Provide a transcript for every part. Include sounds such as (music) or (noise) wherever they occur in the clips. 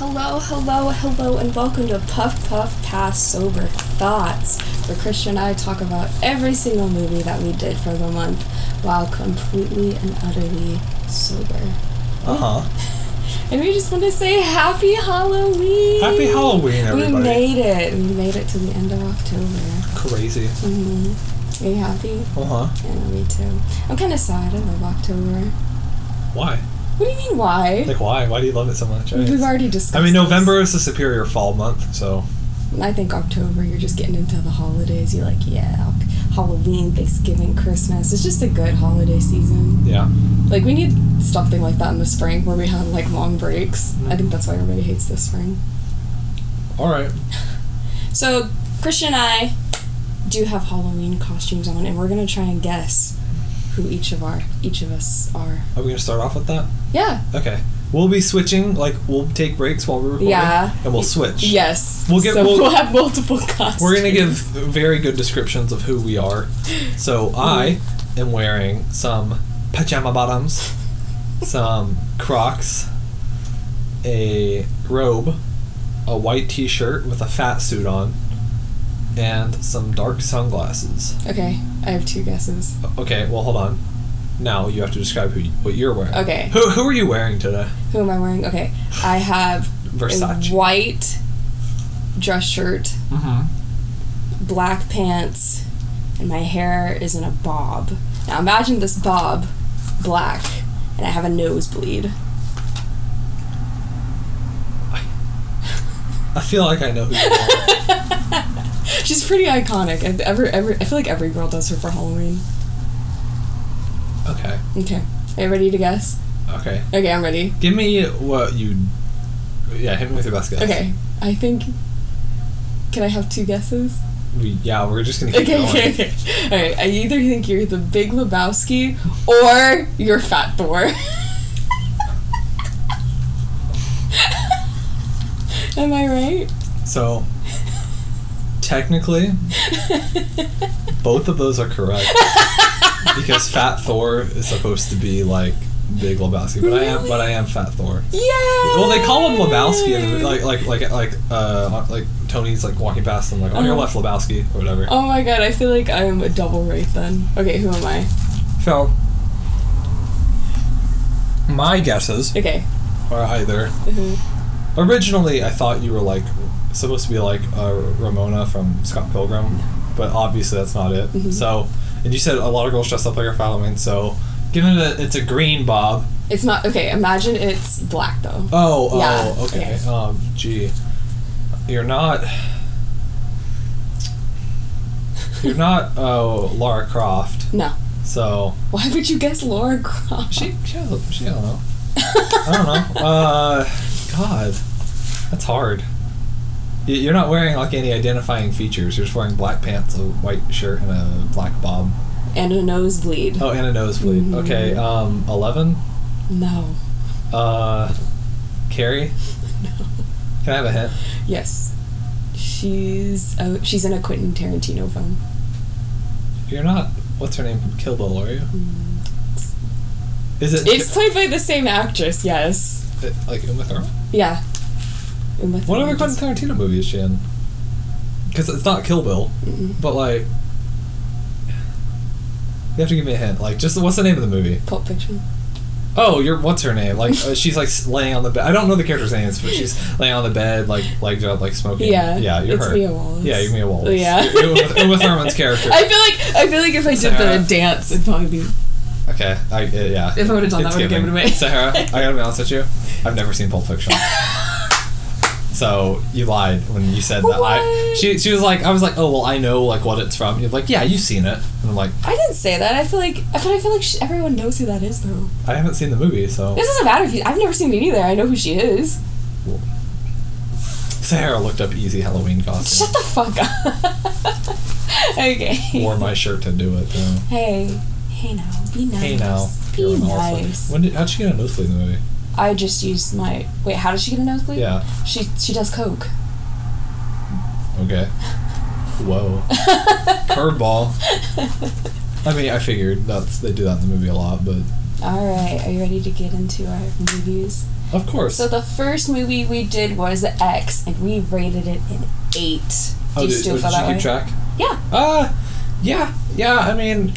Hello, hello, hello, and welcome to Puff Puff Pass Sober Thoughts, where Christian and I talk about every single movie that we did for the month while completely and utterly sober. Uh huh. And we just want to say Happy Halloween! Happy Halloween, everybody. We made it. We made it to the end of October. Crazy. Mm-hmm. Are you happy? Uh huh. Yeah, me too. I'm kind of sad. I love October. Why? What do you mean, why? Like, why? Why do you love it so much? I mean, We've it's- already discussed. I mean, this. November is the superior fall month, so I think October, you're just getting into the holidays. You're like, yeah, Halloween, Thanksgiving, Christmas. It's just a good holiday season. yeah. Like, we need something like that in the spring where we have like long breaks. I think that's why everybody hates the spring. All right. So, Christian and I do have Halloween costumes on, and we're gonna try and guess who each of our each of us are. Are we gonna start off with that? Yeah. Okay. We'll be switching. Like, we'll take breaks while we're recording, Yeah. and we'll switch. Yes. We'll get- so we'll- we'll have multiple (laughs) costumes. We're gonna give very good descriptions of who we are. So I am wearing some pajama bottoms, some Crocs, a robe, a white T-shirt with a fat suit on, and some dark sunglasses. Okay, I have two guesses. Okay, well hold on. Now you have to describe who you, what you're wearing. Okay. Who who are you wearing today? Who am I wearing? Okay, I have Versace. a white dress shirt, Mm-hmm. black pants, and my hair is in a bob. Now imagine this bob, black, and I have a nosebleed. (laughs) (laughs) I feel like I know who you are. (laughs) She's pretty iconic. I, every, every, I feel like every girl does her for Halloween. okay. Okay, are you ready to guess? Okay. Okay, I'm ready. Give me what you. Yeah, hit me with your best guess. Okay, I think. Can I have two guesses? We, yeah, we're just gonna keep Okay, going. okay, okay. All right. I either think you're the Big Lebowski or you're Fat Thor. (laughs) Am I right? So, technically, both of those are correct because Fat Thor is supposed to be like Big Lebowski, but I am, but I am Fat Thor. Yeah. Well, they call him Lebowski, in the movie, like like like like uh like Tony's like walking past and like on your Uh-huh. left Lebowski or whatever. Oh my god! I feel like I'm a double right then. Okay, who am I? So, my guesses Okay. are either Originally, I thought you were like supposed to be like uh, Ramona from Scott Pilgrim, but obviously that's not it. So, and you said a lot of girls dress up like her Halloween. So, given that it's a green bob, It's not okay. Imagine it's black though. oh, Yeah, oh, okay, um, gee, you're not, you're not, oh, Lara Croft. No. So Why would you guess Laura Croft? she, she, has a- she, I don't know, I don't (laughs) know. (laughs) Uh, God, that's hard. Y- You're not wearing like any identifying features. You're just wearing black pants, a white shirt, and a black bob. and a nosebleed. Oh, and a nosebleed. Okay, um, eleven. No. Uh, Carrie. Can I have a hint? Yes. She's oh, she's in a Quentin Tarantino film. You're not. What's her name from Kill Bill? Are you? Is it It's played by the same actress, yes. it- like Uma Thurman? Yeah. Uma What other Thurman Quentin Tarantino movie is she in? Because it's not Kill Bill, Mm-mm. but like. You have to give me a hint. Like, just what's the name of the movie? does Pulp Fiction. Oh, you're what's her name? Like uh, she's like laying on the bed. I don't know the character's names, but she's laying on the bed, like like uh, like smoking. Yeah. yeah, you're it's her. Mia Wallace. Yeah, you're Mia Wallace. Yeah. You're- you're with, you're with Thurman's character. (laughs) I feel like I feel like if I did Sarah. the dance, it'd probably be. Okay, I, uh, yeah. If I would've done that, It's I would've giving. given it away. Sarah, I gotta be honest with you. I've never seen (laughs) Pulp Fiction. so you lied when you said that. I What? she she was like I was like oh well I know like what it's from. You're like yeah you've seen it. And I'm like I didn't say that. I feel like, but I feel like sh everyone knows who that is, though. I haven't seen the movie so This doesn't matter if you. I've never seen it either. I know who she is. Sarah looked up easy Halloween costume. Shut the fuck up. (laughs) okay. Wore my shirt to do it. though. Hey, hey now, be nice. Hey now. be You're an awful- nice. When did, how'd she get a nosebleed in the movie? I just used my. Wait, how does she get a nosebleed? Yeah. She she does coke. (laughs) Okay. (laughs) Whoa. Curveball. I mean, I figured that's they do that in the movie a lot, but All right, are you ready to get into our movies? Of course. So the first movie we did was X, and we rated it an eight. Do oh, you did, still did feel you that keep way? track? Yeah. Uh, yeah, yeah. I mean,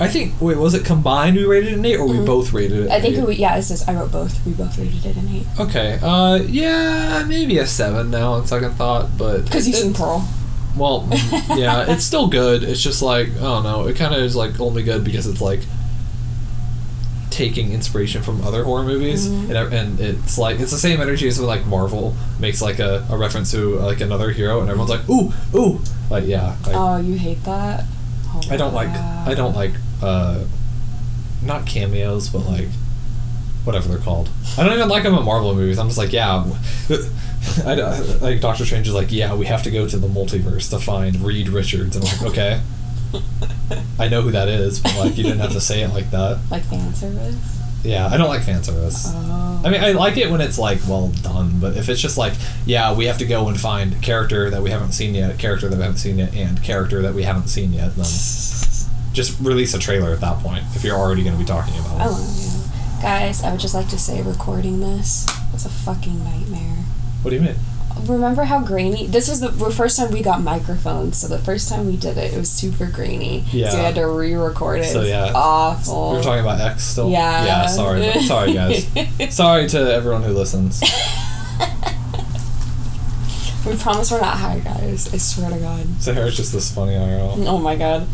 I think wait, was it combined we rated an eight, or we Mhm. both rated it? I an think eight? we, yeah, it says I wrote both. We both rated it an eight. Okay. Uh, yeah, maybe a seven now on second thought, but Because you've it- seen Pearl. Well, mm, yeah, it's still good. It's just like I don't know. It kind of is like only good because it's like taking inspiration from other horror movies, Mhm. and, ev- and it's like it's the same energy as when like Marvel makes like a, a reference to like another hero, and everyone's like, ooh, ooh, like yeah. (laughs) Like, Oh, you hate that? Oh, I don't like wow. I don't like uh, not cameos, but like whatever they're called. I don't even like them in Marvel movies. I'm just like, yeah, w- (laughs) I don't- like Doctor Strange is like, yeah, we have to go to the multiverse to find Reed Richards, and I'm like, okay, (laughs) I know who that is, but like you didn't (laughs) have to say it like that. Like fan service? Yeah, I don't like fan service. Oh. I mean, I like it when it's like well done, but if it's just like, yeah, we have to go and find character that we haven't seen yet, character that we haven't seen yet, and character that we haven't seen yet, then just release a trailer at that point if you're already going to be talking about it. Oh, yeah. Guys, I would just like to say recording this was a fucking nightmare. What do you mean? Remember how grainy? This was the the first time we got microphones, so the first time we did it, it was super grainy. So we Yeah. had to re-record it. So, it was yeah. awful. We were talking about X still. yeah. Yeah. Sorry. but- sorry, guys. (laughs) Sorry to everyone who listens. we promise we're not high, guys. I swear to God. Sarah's just this funny IRL. Oh my God.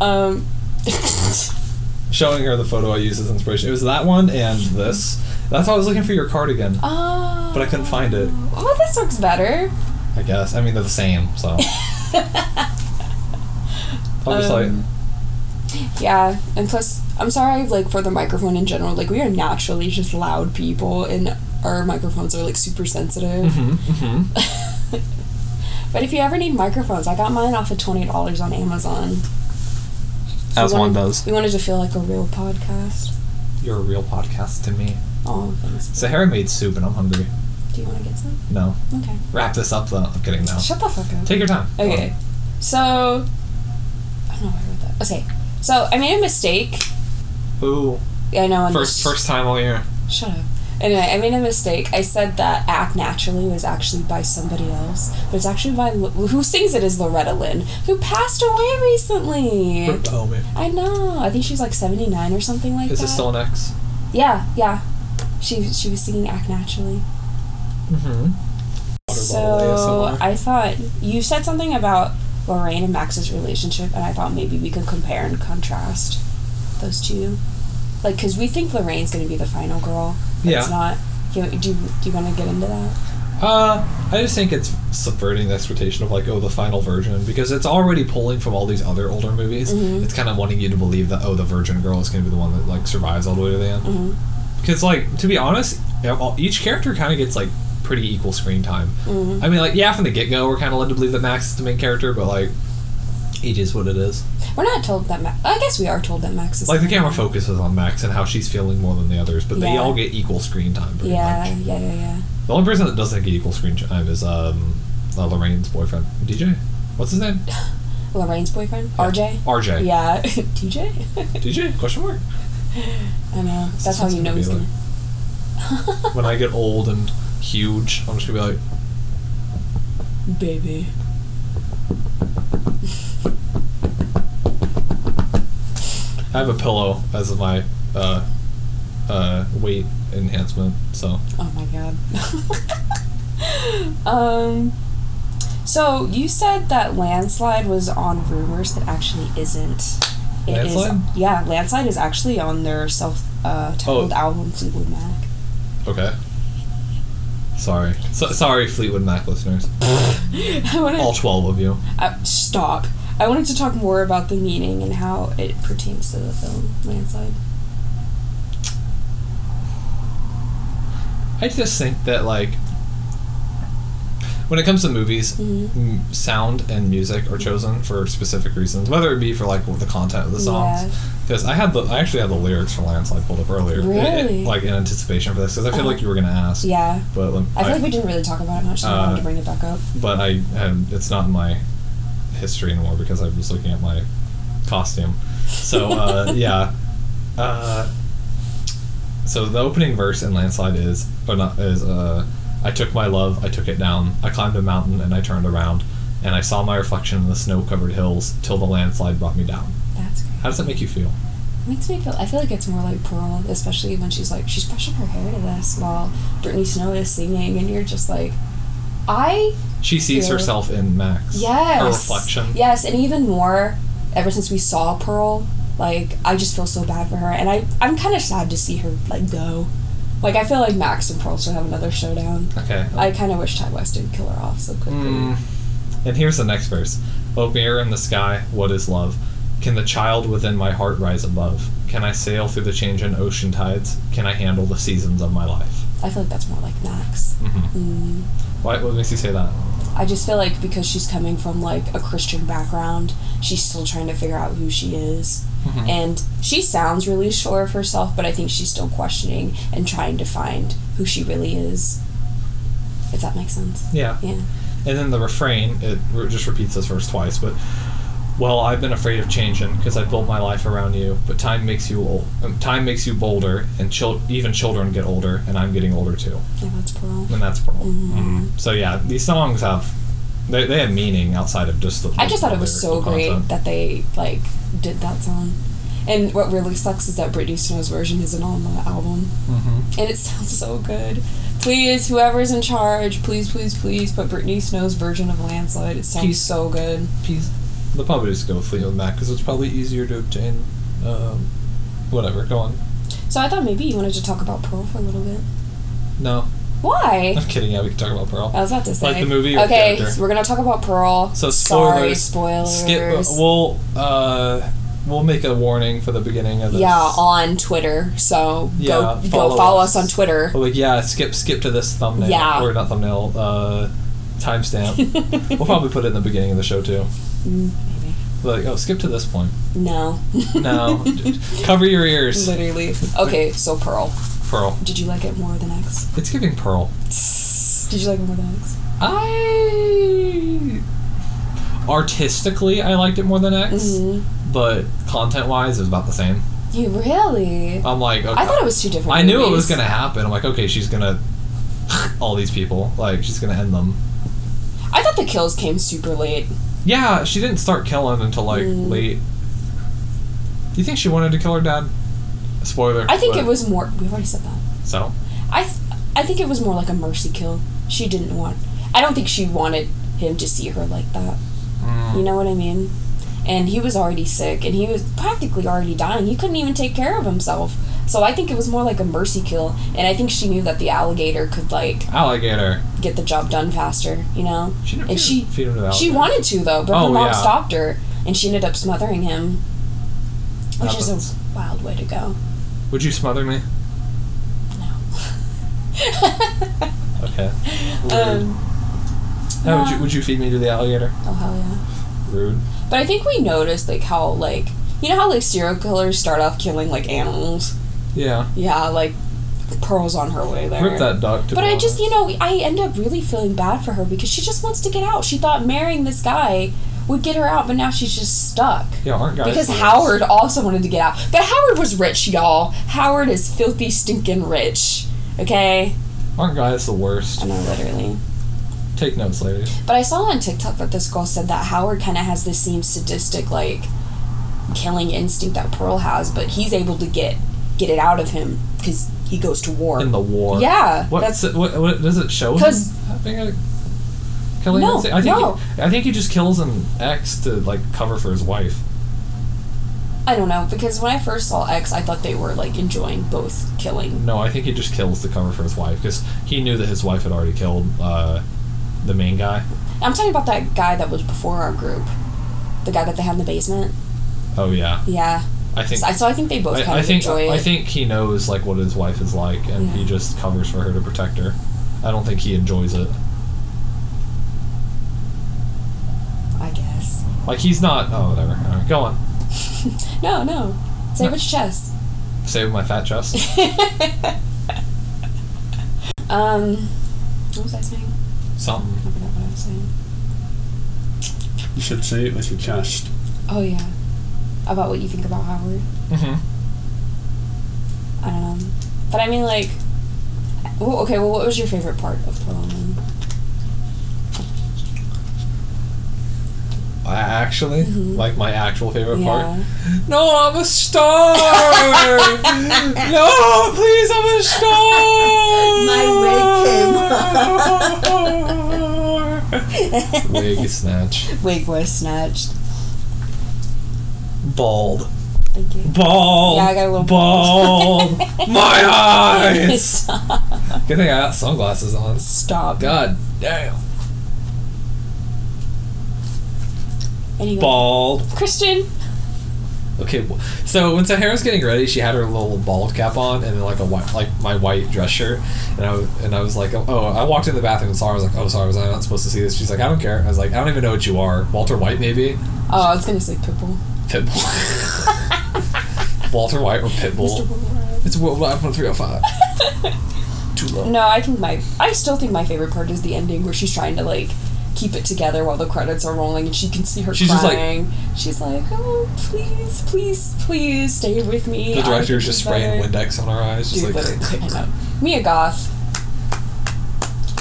Um. (laughs) Showing her the photo I used as inspiration. It was that one and this. That's why I was looking for your cardigan. oh. But I couldn't find it. Oh, this looks better. I guess. I mean, they're the same. (laughs) So. I'm just Um, Yeah, and plus, I'm sorry, like, for the microphone in general. Like, we are naturally just loud people, and our microphones are, like, super like. sensitive. hmm hmm (laughs) But if you ever need microphones, I got mine off of $20 on Amazon. We As one wanted- does. We wanted to feel like a real podcast. You're a real podcast to me. Oh, thanks. Sahara made soup and I'm hungry. Do you want to get some? No. Okay. Wrap this up though. I'm kidding. No. Shut the fuck up. Take your time. Go Okay. on. So, I don't know why I wrote that. Okay. So, I made a mistake. Ooh. I know. and- First, first time all year. Shut up. Anyway, I made a mistake. I said that "Act Naturally" was actually by somebody else, but it's actually by L- who sings it is Loretta Lynn, who passed away recently. Oh man, I know. I think she's like seventy nine or something like is that. this still an X? Yeah, yeah. She she was singing "Act Naturally." Mm-hmm. So I thought you said something about Lorraine and Max's relationship, and I thought maybe we could compare and contrast those two, like because we think Lorraine's gonna be the final girl. But Yeah. It's not. You, do you, do you want to get into that? uh, I just think it's subverting the expectation of like, oh, the final version, because it's already pulling from all these other older movies. Mhm. It's kind of wanting you to believe that oh, the virgin girl is going to be the one that like survives all the way to the end. Mhm. Because like, to be honest, yeah, all- each character kind of gets like pretty equal screen time. Mm-hmm. I mean, like, yeah, from the get go, we're kind of led to believe that Max is the main character, but like, it is what it is. We're not told that. Ma- I guess we are told that Max is Like the camera focuses on Max and how she's feeling more than the others, but they Yeah. all get equal screen time. Pretty Yeah, much. yeah, yeah, yeah. The only person that doesn't get equal screen time is um, uh, Lorraine's boyfriend, DJ. What's his name? Lorraine's boyfriend, RJ. RJ. Yeah, (laughs) DJ. DJ? Question mark. (laughs) I know. That's how Sounds you know gonna he's be gonna. (laughs) When I get old and huge, I'm just gonna be like, Baby. I have a pillow as my uh, uh, weight enhancement. So Oh my god. (laughs) um. So you said that landslide was on rumors. It actually isn't. It is- Landslide? yeah, landslide is actually on their self-titled Oh. album Fleetwood Mac. (laughs) okay. Sorry, so, sorry, Fleetwood Mac listeners, I wanna- all twelve of you. Uh, stop. I wanted to talk more about the meaning and how it pertains to the film Landslide. I just think that like when it comes to movies, Mhm. m- sound and music are chosen for specific reasons, whether it be for like the content of the songs. Yeah. Because I had the I actually had the lyrics from Landslide pulled up earlier, It- it- Really? like in anticipation for this, because I feel Oh. like you were gonna ask. Yeah. But like, I feel I- like we didn't really talk about it much, so I wanted Uh, to bring it back up. but I um, it's not in my history anymore because I was looking at my (laughs) costume. So uh, yeah, uh, so the opening verse in Landslide is or not is uh I took my love, I took it down, I climbed a mountain and I turned around, and I saw my reflection in the snow covered hills till the landslide brought me down. That's great. How does that make you feel? Makes me feel. I feel like it's more like Pearl, especially when she's like she's brushing her hair to this while Brittany Snow is singing, and you're just like, I She sees Yeah. herself in Max. yes, Her reflection. Yes, and even more, ever since we saw Pearl, like I just feel so bad for her, and I I'm kind of sad to see her like go. Like I feel like Max and Pearl should have another showdown. Okay. I kind of wish Ty West didn't kill her off so quickly. Mm. And here's the next verse. O mirror in the sky, what is love? Can the child within my heart rise above? Can I sail through the changing ocean tides? Can I handle the seasons of my life? I feel like that's more like Max. Mm-hmm. Mm. Why, what makes you say that? I just feel like because she's coming from like a Christian background, she's still trying to figure out who she is. Mhm. And she sounds really sure of herself, but I think she's still questioning and trying to find who she really is. If that makes sense. Yeah. Yeah. And then the refrain, it re- just repeats this verse twice, but well, I've been afraid of changing because I built my life around you. But time makes you old. um, Time makes you bolder, and chil- even children get older, and I'm getting older too. Yeah, that's Pearl. And that's Pearl. Mhm. Mhm. So yeah, these songs have they, they have meaning outside of just the. I just thought it was so lyrical great content. that they like did that song. And what really sucks is that Britney Snow's version isn't on the album. Mhm. and it (laughs) sounds so good. Please, whoever's in charge, please, please, please, put Britney Snow's version of Landslide. It sounds Please. so good. Peace. They'll probably just go with Fleetwood Mac because it's probably easier to obtain. Um, whatever. Go on. So I thought maybe you wanted to talk about Pearl for a little bit. No, Why? I'm kidding. Yeah, we can talk about Pearl. I was about to say. Like the movie or Okay, character? so we're gonna talk about Pearl. So Sorry, spoilers. spoilers. Skip. uh, We'll uh, we'll make a warning for the beginning of this. yeah, on Twitter. So Yeah, go follow go follow us. us, on Twitter. But like, yeah, skip skip to this thumbnail Yeah. or not thumbnail uh, (laughs) timestamp. we'll probably put it in the beginning of the show too. Mm, maybe. Like, oh, skip to this point. No. (laughs) No, J- cover your ears, Literally. Okay, so Pearl. Pearl. Did you like it more than X? It's giving Pearl. Did you like it more than X? I artistically I liked it more than X, Mhm. but content wise it was about the same. You really? I'm like, okay. I thought it was two different. I knew it was movies. gonna happen. I'm like, okay, she's gonna (laughs) all these people. Like, she's gonna end them. I thought the kills came super late. Yeah, she didn't start killing until like Mm. late. Do you think she wanted to kill her dad? Spoiler. I think but- it was more. We've already said that. So I, th- I think it was more like a mercy kill. She didn't want. I don't think she wanted him to see her like that. mm, You know what I mean? And he was already sick, and he was practically already dying. He couldn't even take care of himself. So I think it was more like a mercy kill, and I think she knew that the alligator could like alligator. get the job done faster. You know? She didn't And feed- she- feed him to the She alligator. wanted to though, but Oh, her mom yeah. stopped her, and she ended up smothering him, which Happens. is a wild way to (laughs) go. Would you smother me? No. (gasps) Okay. Um, How would uh, you would you feed me to the alligator? Oh hell yeah! Rude. But I think we noticed like how like you know how like serial killers start off killing like animals. Yeah. Yeah, like Pearl's on her way there. Rip that duck. To But be I just honest. you know I end up really feeling bad for her because she just wants to get out. She thought marrying this guy would get her out, but now she's just stuck. Yeah, aren't guys? Because weird? Howard also wanted to get out. But Howard was rich, y'all. Howard is filthy, stinking rich. Okay? Aren't guys the I worst? know, literally. Take notes, ladies. But I saw on TikTok that this girl said that Howard kind of has this same sadistic, like, killing instinct that Pearl has, but he's able to get get it out of him because he goes to war. In the war. Yeah. What's that's it, what, what does it show? him 'Cause- having a killing. No, instinct? I think no. He, I think he just kills an ex to like cover for his wife. I don't know because when I first saw X, I thought they were like enjoying both killing. No, I think he just kills to cover for his wife because he knew that his wife had already killed uh, the main guy. I'm talking about that guy that was before our group, the guy that they had in the basement. Oh yeah, Yeah. I think. So I- so I think they both kind I, I of think enjoy I it. think he knows like what his wife is like, and Yeah. he just covers for her to protect her. I don't think he enjoys it. I guess. (laughs) Like he's not. Oh whatever. All right, go on. No, no. Say which chest. (laughs) Save my fat (laughs) chest. um, what was I saying? I Something. forgot what I was saying. You should say it with your chest. Oh yeah, Mm-hmm. about what you think about Howard. hmm I don't know. Um, But I mean, like, well, okay. Well, what was your favorite part of Pro Moon? I actually Mhm. like my actual favorite part. Yeah. No, I'm a (laughs) star. no, please, I'm a (laughs) star. My (laughs) (laughs) Wig snatch. Wig was snatched. Bald. Thank you. Bald. Yeah, I got a little bald. bald. (laughs) my eyes. Stop. Good thing I got sunglasses (laughs) on. Stop. God damn. Anyway, Bald. Christian. Okay, wh- so when Sahara's getting ready, she had her little bald cap on and then like a white, like my white dress shirt, and I was, and I was like, oh, I walked in the bathroom and saw her. I was like, oh, sorry, was I not supposed to see this? She's like, I don't care. I was like, I don't even know what you are, Walter White maybe, Oh, I was gonna say Pitbull. (laughs) Pitbull, Walter White or Mr. Pitbull. Worldwide. It's World Wide One Three Hundred (laughs) Five. Too low. No, I think my I still think my favorite part is the ending where she's trying to like keep it together while the credits are rolling and she can see her She's just like- crying. she's like, oh please, please, please stay with me. The I director is can just do better." spraying Windex on our eyes, just Dude, (laughs) like literally, I know. Mia Goth.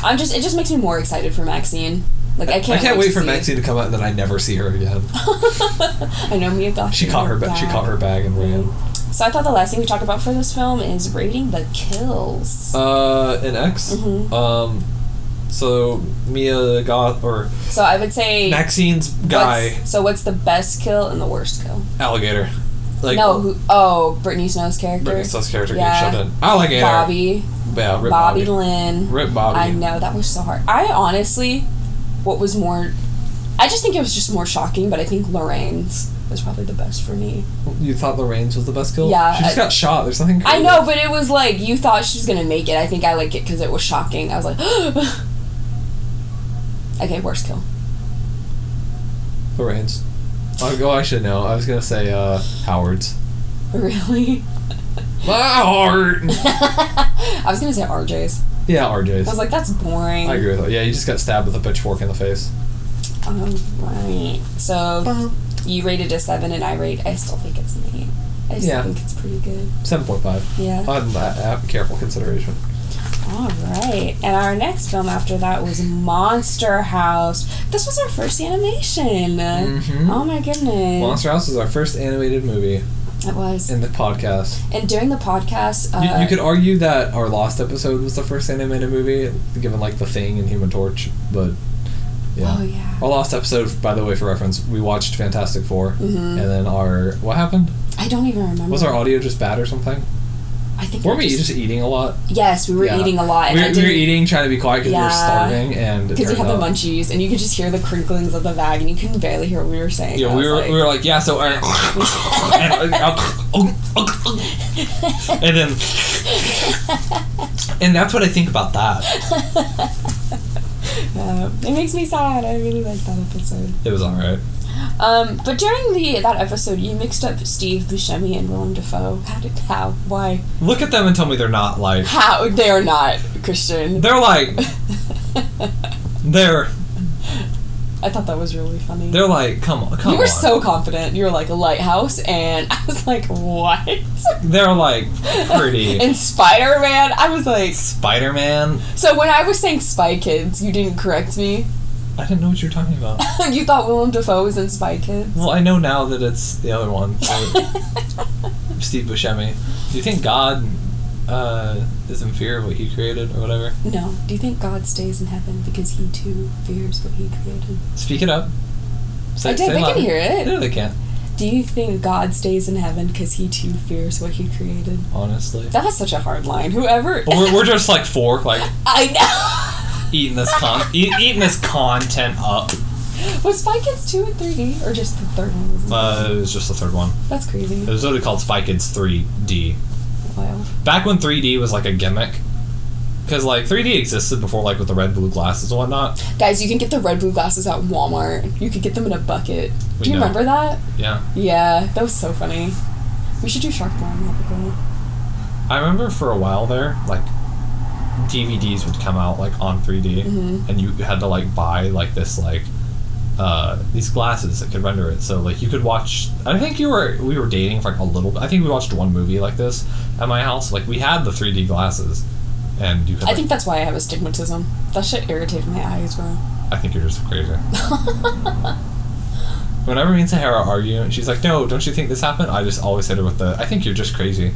I'm just. It just makes me more excited for Maxine. Like I can't. I can't wait, to for see- Maxine to come out and then I never see her again. (laughs) I know Mia Goth. She caught her ba- she caught her bag and ran. So I thought the last thing we talked about for this film is rating the kills. Uh, an X. Mhm. Um, so Mia got or so I would say Maxine's guy What's, so what's the best kill and the worst kill? alligator. Like no, who, oh, Brittany Snow's character. Britney Snow's character Yeah. gets shoved in. Alligator. Bobby, Yeah, Bobby, rip Bobby. Lynn. Rip Bobby. I know that was so hard. I honestly, what was more, I just think it was just more shocking. But I think Lorraine's was probably the best for me. You thought Lorraine's was the best kill? Yeah, She just I- got shot. There's nothing. I crazy. know, but it was like you thought she was gonna make it. I think I like it because it was shocking. I was like, (gasps) okay, worst kill. (laughs) Lorraine's. Oh, oh, I should know. I was gonna say uh, Howard's. Really? (laughs) My heart. I was gonna say RJ's. yeah, I was RJ's. like, that's boring. I agree with that. Yeah, you just got stabbed with a pitchfork in the face. Um, right. So you rated a seven, and I rate. I still think it's an eight. I still Yeah. think it's pretty good. Seven point five. Yeah. On uh, uh, careful consideration. All right. And our next film after that was Monster House. This was our first animation. Mhm. Oh my goodness. Monster House is our first animated movie It was. in the podcast. And during the podcast, uh, You, you could argue that our last episode was the first animated movie, given like The Thing and Human Torch, but yeah. Oh yeah. Our last episode, by the way, for reference, we watched Fantastic 4 and then our what happened? Mm-hmm. I don't even remember. Was our audio just bad or something? I think Weren't we just, just eating a lot? Yes, we were Yeah. eating a lot. And We were, I we were didn't- eating, trying to be quiet because we Yeah. were starving, and Because we turned had the out- munchies, and you could just hear the crinklings of the bag, and you couldn't barely hear what we were saying. I Yeah, we was were like- we (laughs) were like (laughs) yeah, so uh, I, and, and (laughs) then and that's what I think about that. Uh, it makes me sad. I really like that episode. It was all right. Um, but during the that episode, you mixed up Steve Buscemi and Willem Dafoe. How did how why Look at them and tell me they're not like how they are not Christian? they're like they're (laughs) I thought that was really funny. they're like come on come you were on. so confident. You were like lighthouse, and (laughs) I was like, what? they're like pretty (laughs) and Spider Man. I was like, Spider Man. so when I was saying Spy Kids, you didn't correct me. (laughs) I didn't know what you were talking about. you thought Willem Dafoe was in Spy Kids. Well, I know now that it's the other one, so (laughs) Steve Buscemi. Do you think God uh, is in fear of what he created or whatever? no. Do you think God stays in heaven because he too fears what he created? Speak it up. Say, I did. say They louder. can hear it. No, they can't. Do you think God stays in heaven because he too fears what he created? Honestly, That was such a hard line. Whoever. but we're, we're just like four, like (laughs) I eating this con, eat, eating this content up. know! (laughs) Was Spy Kids 2 and 3D? Or just the third one? Was Uh, it was just the third one. That's It crazy. was literally called Spy Kids 3D. Wow. Back when 3D was like a gimmick, because like 3D existed before, like with the red blue glasses and whatnot. Guys, you can get the red blue glasses at Walmart. You could get them in a bucket. We do you know. remember that? Yeah, Yeah, that was so funny. We should do Shark Bomb Epical. I remember for a while there, like Mm-hmm. DVDs would come out like on 3D, and you had to like buy like this like. uh, these glasses that could render it. So like you could watch. I think you were we were dating for like a little. bit. I think we watched one movie like this at my house. Like we had the 3D glasses, and you could. I Like, think that's why I have astigmatism. That shit irritated my eyes, bro. I think you're just crazy. Whenever me and Sahara argue, and she's like, "No, don't you think this happened?" I just always hit her with the, "I think you're just crazy."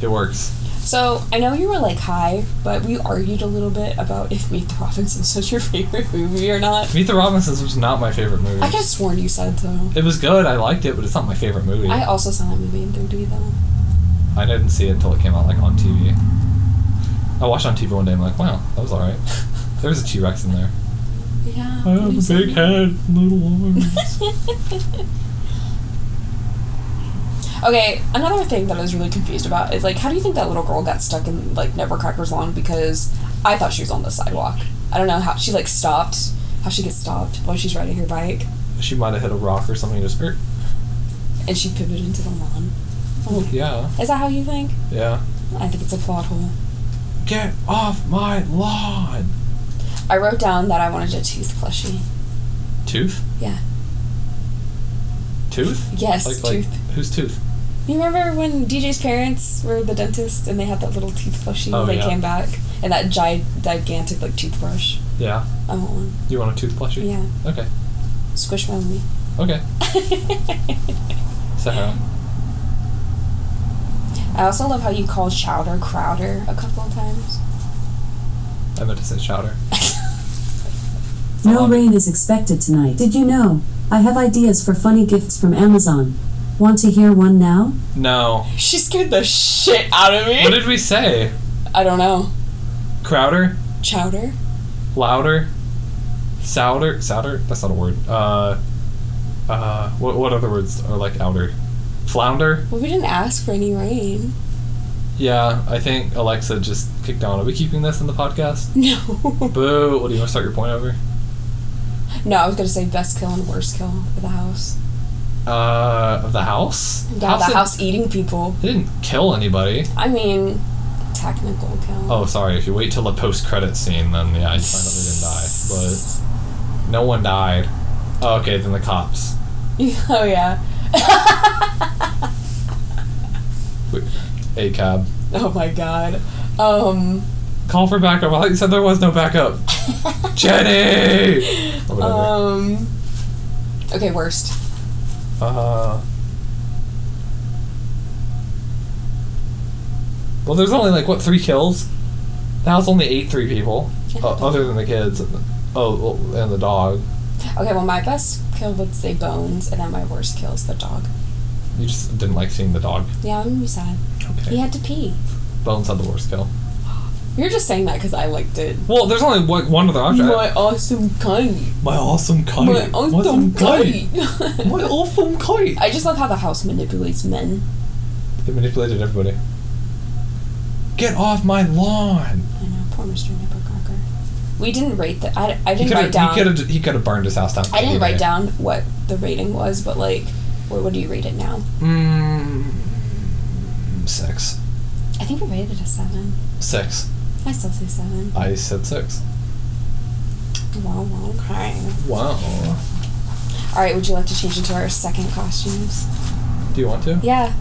It works. (laughs) So I know you were like high, but we argued a little bit about if Meet the (laughs) Robinsons was your favorite movie or not. Meet the Robinsons was not my favorite movie. I could have sworn you said so. It was good. I liked it, but it's not my favorite movie. I I, also saw that movie in 3D though. didn't see it until it came out like on TV. I watched it on TV one day. I'm like, wow, that was (laughs) all right. There was a T Rex in there. Yeah. I have a Oh, big head, (laughs) little arms. (laughs) okay, another thing that I was really confused about is like, how do you think that little girl got stuck in like Nevercracker's lawn? Because I thought she was on the sidewalk. I don't know how she like stopped. How she gets stopped while she's riding her bike, she might have hit a rock or something. and Just er, and she pivoted into the lawn. oh yeah, Is that how you think? yeah. I think it's a plot hole. Get off my lawn. I wrote down that I wanted a tooth plushie. Tooth. Yeah. Tooth. Yes, Like like tooth. whose tooth? You remember when DJ's parents were the dentist and they had that little tooth plushie Oh, when they yeah. came back and that gi- gigantic like toothbrush? Yeah. I want one. You want a tooth plushie? Um, Yeah. Okay. Squish my (laughs) money. Okay. Sahara. I also love how you called Chowder Crowder a couple of times. (laughs) I meant to say chowder. No Um, rain is expected tonight. Did you know? I have ideas for funny gifts from Amazon. Want to hear one now? No. She scared the shit out of What me. did we say? I don't know. Crowder. Chowder? louder, souder, souder. That's not a word. Uh, uh, what what other words are like outer? Flounder. Well, we didn't ask for any rain. (laughs) Yeah, I think Alexa just kicked on. Are we keeping this in the podcast? No. Boo! What do you want to start your point over? no, I was gonna say best kill and worst kill for the house. Uh, of the house. Yeah, the did- house eating people. They didn't kill anybody. I mean, technical kill. Oh, sorry. If you wait till the post-credit scene, then yeah, you find out they didn't die. But no one died. Oh, okay, then the cops. (laughs) oh yeah. A cab. Oh my god. Um. Call for backup. I thought you said there was no backup. Jenny. (laughs) Or (laughs) whatever. Um. Okay, worst. Uh, well, there's only like what three kills. The house only ate three people, Yeah. uh, other than the kids. And the, oh, well, and the dog. Okay, well, my best kill would say Bones, and then my worst kill is the dog. You just didn't like seeing the dog. Yeah, I'm gonna be sad. Okay. He had to pee. Bones had the worst kill. You're just saying that because I liked it. Well, there's only like one other option. awesome kite. My awesome (laughs) kite. My awesome kite. I just love how the house manipulates men. They manipulated everybody. Get off my lawn. I know, poor Mr. Nippercocker. We didn't rate that. I, I He didn't could write have. He down. could have. He could have burned his house down. I didn't anyway. write down what the rating was, but like, what, what do you rate it now? Mm, Hmm, six. I think we rated it a seven. Six. I still say seven. I said six. Wow, wow, okay. Wow. All right, would you like to change into our second costumes? Do you want to? Yeah.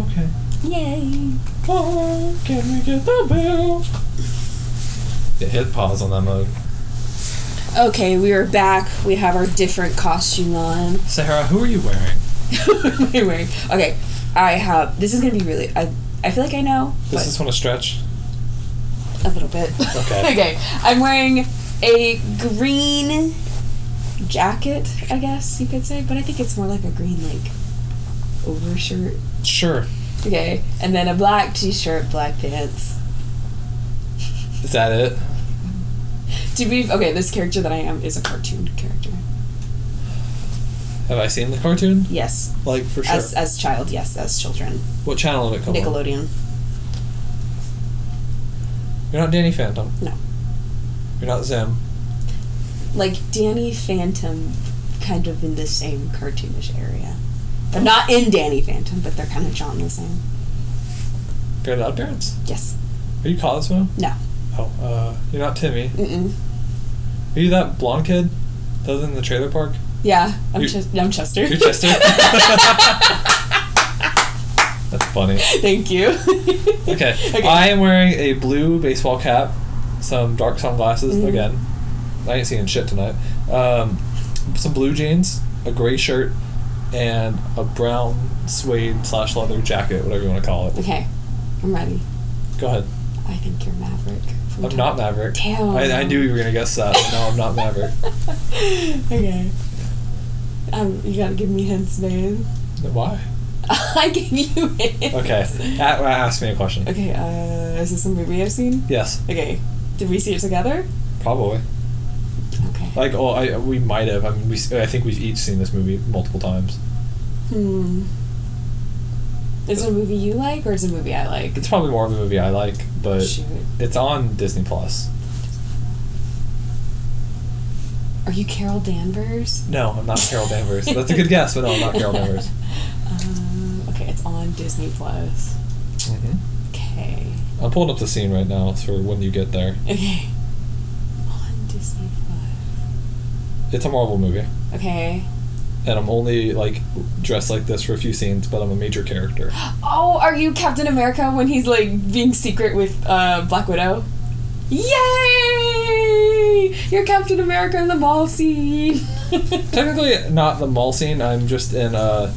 Okay. Yay. Oh, can we get the bill? Yeah, hit pause on that mode. Okay, we are back. We have our different costume on. (laughs) Sahara, who are you wearing? What am I wearing? Okay, I have. This is gonna be really. I, I feel like I know, Does this one a stretch? but a little bit. (laughs) (laughs) Okay. okay, I'm wearing a green jacket, I guess you could say, but I think it's more like a green, like, overshirt. Sure. Okay, and then a black t shirt, black pants. Is that it? To be. Okay, this character that I am is a cartoon character. Have I seen the cartoon? Yes. Like for sure. Oh, As, as child, yes, as children. what channel did it come on? Nickelodeon. You're not Danny Phantom. No. You're not Zim. like Danny Phantom, kind of in the same cartoonish area. They're not in Danny Phantom, but they're kind of drawn the same. Good appearance. Yes. Are you Cosmo? No. Oh, uh, you're not Timmy. Mm-mm. Are you that blonde kid? That was in the trailer park. Yeah, I'm, You- Ches- I'm Chester. (laughs) You're Chester. That's funny. Thank you. (laughs) (laughs) Okay. I am wearing a blue baseball cap, some dark sunglasses Mm-hmm. again. I ain't seeing shit tonight. Um, some blue jeans, a gray shirt, and a brown suede slash leather jacket, whatever you want to call it. Okay, I'm ready. Go ahead. I think you're Maverick. from I'm Top not Maverick. Damn. I, I knew you were gonna guess that. but No, I'm not Maverick. (laughs) okay. Um, you gotta give me hints, man. (laughs) Why? I gave you hints. Okay. Uh, A- ask me a question. Okay, uh, is this a movie I've seen? Yes, Okay. Did we see it together? probably. Okay. Like, oh, I, we might have. I mean, we, s- I think we've each seen this movie multiple times. Hmm. Is it a movie you like or is it a movie I like? It's probably more of a movie I like, but Shoot. it's on Disney Plus. Are you Carol Danvers? No, I'm not (laughs) Carol Danvers. That's a good guess, but no, I'm not Carol Danvers. Um, okay, it's on Disney Plus. hmm Okay. I'm pulling up the scene right now for when you get there. Okay. On Disney Plus. It's a Marvel movie, Okay. and I'm only like dressed like this for a few scenes, but I'm a major character. Oh, are you Captain America when he's like being secret with uh, Black Widow? Yay! You're Captain America in the mall scene. Technically, not the mall scene. I'm just in uh,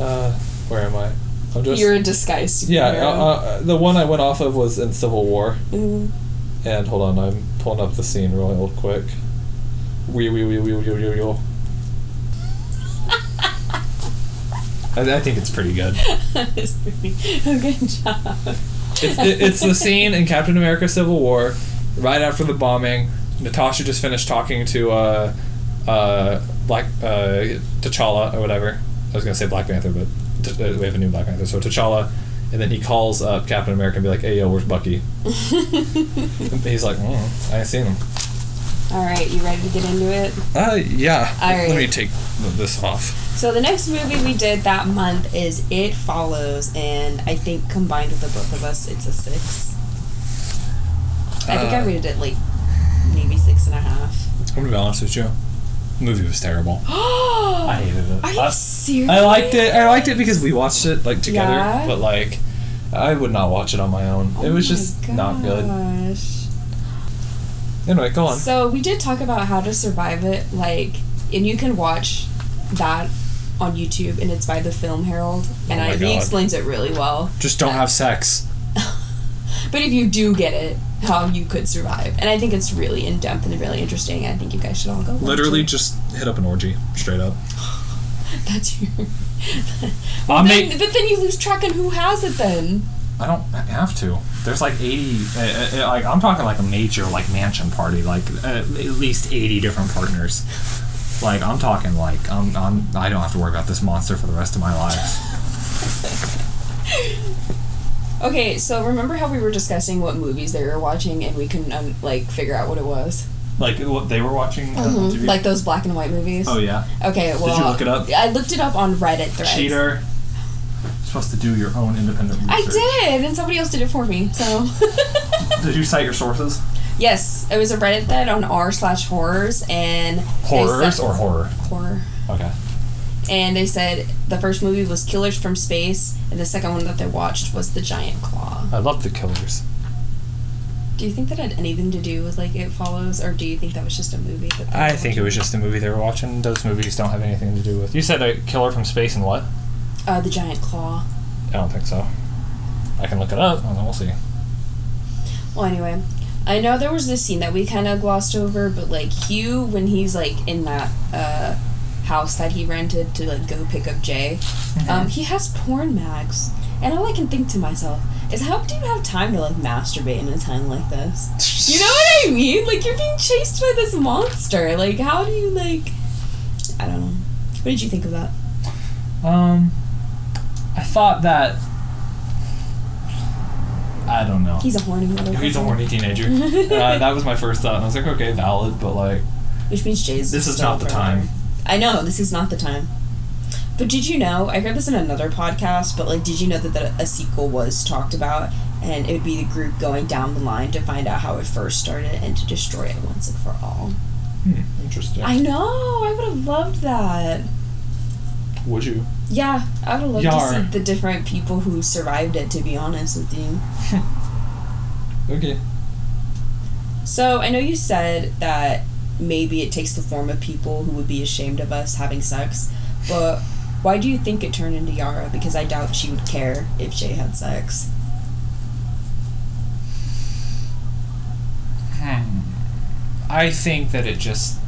uh, where am I? I'm just You're a disguised superhero. yeah. Uh, uh, the one I went off of was in Civil War. (laughs) Mm. And hold on, I'm pulling up the scene real quick. Wee wee wee wee wee wee wee. I, I think it's pretty good. It's pretty. Good job. It's, it, it's (laughs) the scene in Captain America: Civil War, right after the bombing. Natasha just finished talking to uh, uh, Black uh, T'Challa or whatever. I was gonna say Black Panther, but t- uh, we have a new Black Panther, so T'Challa. And then he calls up Captain America and be like, "Hey yo, where's Bucky?" And he's like, mm, "I ain't seen him." All right, you ready to get into it? Uh, yeah. All right. Let me take th- this off. So the next movie we did that month is It Follows, and I think combined with the both of us, it's a six. I think I Uh. rated it like maybe six and a half. I'm gonna be honest with you. The movie was terrible. (gasps) I I hated it. Are you I, serious? I liked it. I liked it because we watched it like together, Yeah. but like I would not watch it on my own. it was Oh my just not good. gosh. Anyway, go on. So we did talk about how to survive it, like, and you can watch that on YouTube, and it's by the Film Herald, and Oh my I, he God. explains it really well. just don't have sex. But if you do get it, how you could survive, and I think it's really in depth and really interesting. and I think you guys should all go. watch Literally, it. just hit up an orgy, straight up. (laughs) that's your. I'll then, make. but then you lose track on who has it. Then I don't have to. There's like 80. Uh, uh, like I'm talking like a major like mansion party. Like uh, at least 80 different partners. Like I'm talking like I'm, I'm I don't have to worry about this monster for the rest of my life. okay, so remember how we were discussing what movies they were watching, and we couldn't um, like figure out what it was, Like what they were watching. uh, did you- Mm-hmm. like those black and white movies. oh yeah, Okay, well, you look it up? I looked it up on Reddit threads. cheater. You're supposed to do your own independent I research. did, and somebody else did it for me. So, (laughs) Did you cite your sources? yes, it was a Reddit thread on r slash horrors and they Horrors said- or horror? horror. Okay. And they said the first movie was Killers from Space, and the second one that they watched was The Giant Claw. I love the killers. Do you think that had anything to do with like It Follows, or do you think that was just a movie? That they I were think it was just the movie they were watching. Those movies don't have anything to do with. You said a killer from space and what? watching? uh, The Giant Claw. I don't think so. I can look it up and then we'll see. Well, anyway, I know there was this scene that we kind of glossed over, but like Hugh, when he's like in that uh, house that he rented to like go pick up Jay, um, he has porn mags, and all I can think to myself is, how do you have time to like masturbate in a time like this? You know what I mean? Like you're being chased by this monster. Like how do you like? I don't know. What did you think of that? Um, I thought that. I don't know. He's a horny motherfucker. He's a horny (laughs) teenager. uh, that was my first thought, and I was like, okay, valid, but like, Which means Jay's. this is still not the forever. time. I know this is not the time. But did you know? I heard this in another podcast, but like, did you know that, that a sequel was talked about, and it would be the group going down the line to find out how it first started and to destroy it once and for all. Hmm, interesting. I know. I would have loved that. Would you? Yeah, I would have loved Yar. to see the different people who survived it. To be honest with you. Okay. So I know you said that maybe it takes the form of people who would be ashamed of us having sex, but why do you think it turned into Yara? Because I doubt she would care if Jay had sex. Hmm. I think that it just.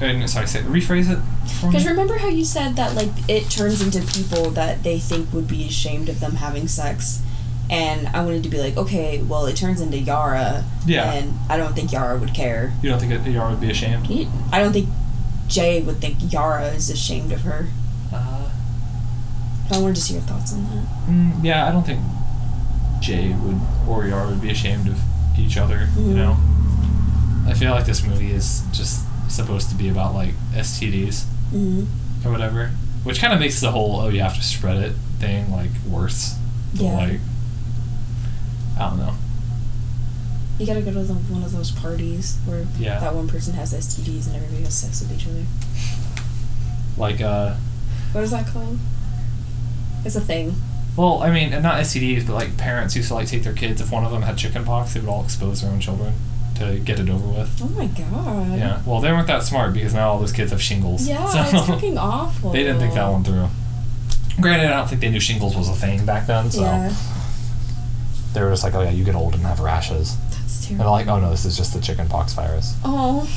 Uh, no, sorry, say, rephrase it. for Because me. remember how you said that like it turns into people that they think would be ashamed of them having sex, and I wanted to be like, okay, well it turns into Yara, Yeah. and I don't think Yara would care. You don't think that Yara would be ashamed? I don't think Jay would think Yara is ashamed of her. Uh, I wanted to see your thoughts on that. mm, yeah, I don't think Jay would or Yara would be ashamed of each other. You Mhm. know, I feel like this movie is just supposed to be about like STDs Mm-hmm. or whatever, which kind of makes the whole oh you have to spread it thing like worse. But, Yeah. Like, I don't know. You gotta go to the, one of those parties where Yeah. that one person has STDs and everybody has sex with each other. Like uh. What is that called? It's a thing. Well, I mean, and not STDs, but like parents used to like take their kids. If one of them had chickenpox, they would all expose their own children to get it over with. Oh my god. Yeah. Well, they weren't that smart because now all those kids have shingles. Yeah, so it's (laughs) fucking awful. they didn't think that one through. Granted, I don't think they knew shingles was a thing back then, so Yeah, they were just like, "Oh yeah, you get old and have rashes," that's and they're terrible. like, "Oh no, this is just the chickenpox virus." Oh,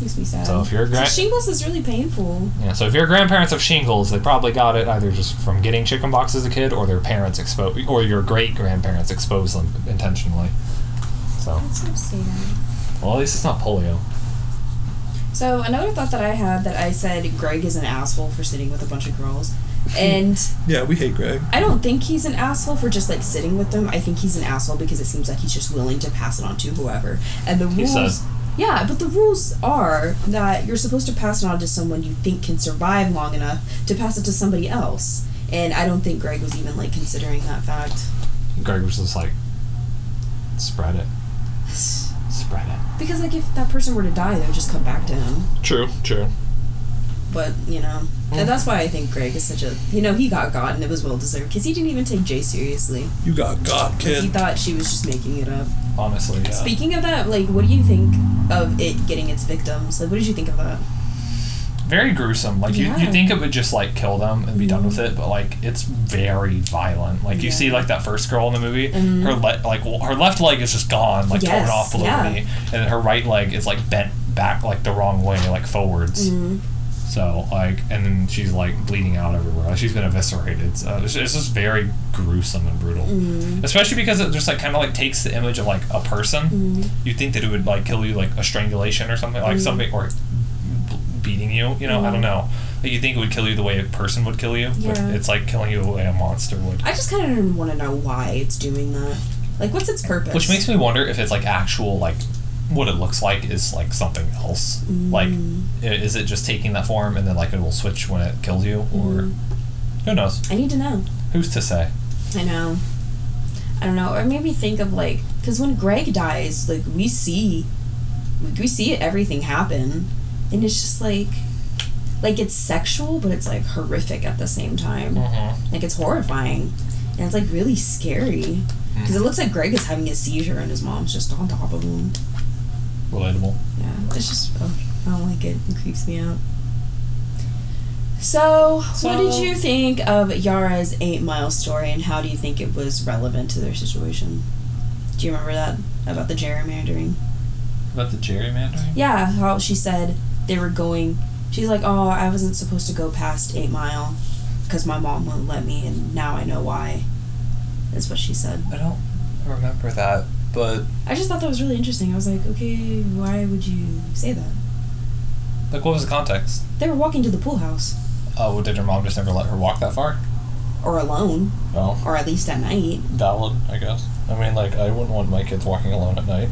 makes me sad. So if you're a gran- shingles is really painful. Yeah. So if your grandparents have shingles, they probably got it either just from getting chickenpox as a kid, or their parents exposed, or your great grandparents exposed them intentionally. So That's so sad. well, at least it's not polio. So another thought that I had that I said Greg is an asshole for sitting with a bunch of girls, and (laughs) Yeah, we hate Greg. I don't think he's an asshole for just like sitting with them. I think he's an asshole because it seems like he's just willing to pass it on to whoever. And the He rules, said. yeah, but the rules are that you're supposed to pass it on to someone you think can survive long enough to pass it to somebody else. And I don't think Greg was even like considering that fact (sighs) Greg was just like, spread it, spread it. because like if that person were to die, they would just come back to him. True, true. But you know, and that's why I think Greg is such a you know he got got and it was well deserved because he didn't even take Jay seriously. You got God, Like, he kid. thought she was just making it up. Honestly, yeah. Speaking of that, like, what do you think of it getting its victims? Like, what did you think of that? very gruesome. Like you, Yeah. Mm-hmm. you think it would just like kill them and be done with it, but like it's very violent. Like you Yeah. Mm-hmm. see like that first girl in the movie, her le- like well, her left leg is just gone, like torn Yes, off below yeah. the knee, and her right leg is like bent back like the wrong way, like Mm-hmm. forwards. Mm-hmm. So like, and then she's like bleeding out everywhere. Like, she's been eviscerated. So it's, it's just very gruesome and brutal, Mm-hmm. especially because it just like kind of like takes the image of like a person. You think that it would like kill you like a strangulation or something, Mm-hmm. like something or beating you. You know, I don't know. Like, you think it would kill you the way a person would kill you, but Yeah. it's like killing you the way a monster would. I just kind of want to know why it's doing that. Like, what's its purpose? Which makes me wonder if it's like actual like what it looks like is like something else. Mm-hmm. Like Mm. i- is it just taking that form and then like it will switch when it kills you or Mm-hmm. who knows? I need to know. Who's to say? I know. I don't know. Or maybe think of like, because when Greg dies, like we see, like, we see everything happen, and it's just like, like it's sexual, but it's like horrific at the same time. Like it's horrifying, and it's like really scary. Because it looks like Greg is having a seizure and his mom's just on top of him. Relatable. Yeah, it's just oh, I don't like it. It creeps me out. So, what did So- you think of Yara's Eight Mile story, and how do you think it was relevant to their situation? Do you remember that about the gerrymandering? About the gerrymandering? Yeah, how she said they were going. She's like, "Oh, I wasn't supposed to go past Eight Mile because my mom wouldn't let me, and now I know why." That's what she said. I don't remember that, but I just thought that was really interesting. I was like, "Okay, why would you say that?" like what was the context? They were walking to the pool house, Oh, well, did her mom just never let her walk that far? or alone, Well, or at least at night. valid, I guess. I mean, like, I wouldn't want my kids walking alone at night,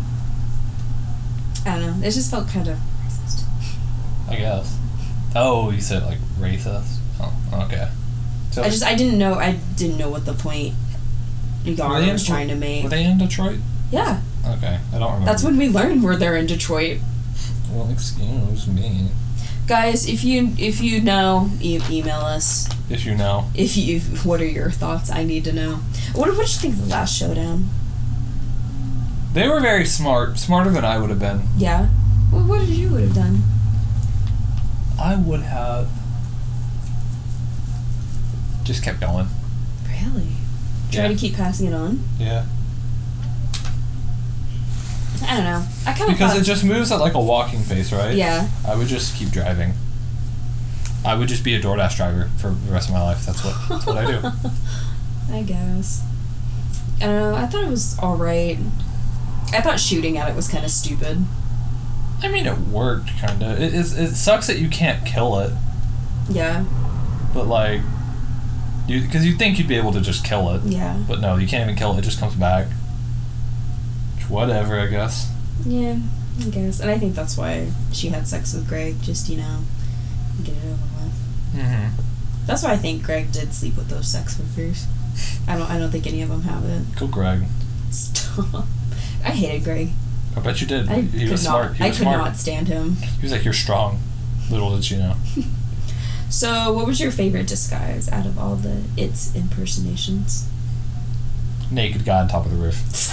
I don't know. It just felt kind of racist. I guess. Oh, you said, like, racist? Oh, okay. So, I just I didn't know I didn't know what the point Were Yara they was in- trying to make. Were they in Detroit? yeah, Okay, I don't remember. that's when we learned where they're in Detroit. Well, excuse me. Guys, if you if you know, you email us. If you know. If you (laughs) what are your thoughts? I need to know. What what did you think of the last showdown? They were very smart, smarter than I would have been. Yeah. What, what did you would have done? I would have just kept going. Really? Try Yeah. to keep passing it on. Yeah. I don't know. I kind of (laughs) Because thought, it just moves at like a walking pace, right? yeah. I would just keep driving. I would just be a DoorDash driver for the rest of my life. That's what that's what I do. (laughs) I guess. I don't know. I thought it was all right. I thought shooting at it was kind of stupid. I mean, it worked kind of. It, it's- it sucks that you can't kill it, Yeah. but like, you because you think you'd be able to just kill it, Yeah. but no, you can't even kill it. It just comes back. Whatever, I guess. Yeah. I guess. And I think that's why she had sex with Greg. Just you know, get it over with. Mm-hmm. That's why I think Greg did sleep with those sex workers. I don't. I don't think any of them have it. (laughs) Go, Greg. Stop. I hated Greg. I bet you did. I he could was not. smart. He I was could smart. not stand him. He was like, "You're strong." Little did you know. (laughs) So, what was your favorite disguise out of all the its impersonations? Naked guy on top of the roof. (laughs)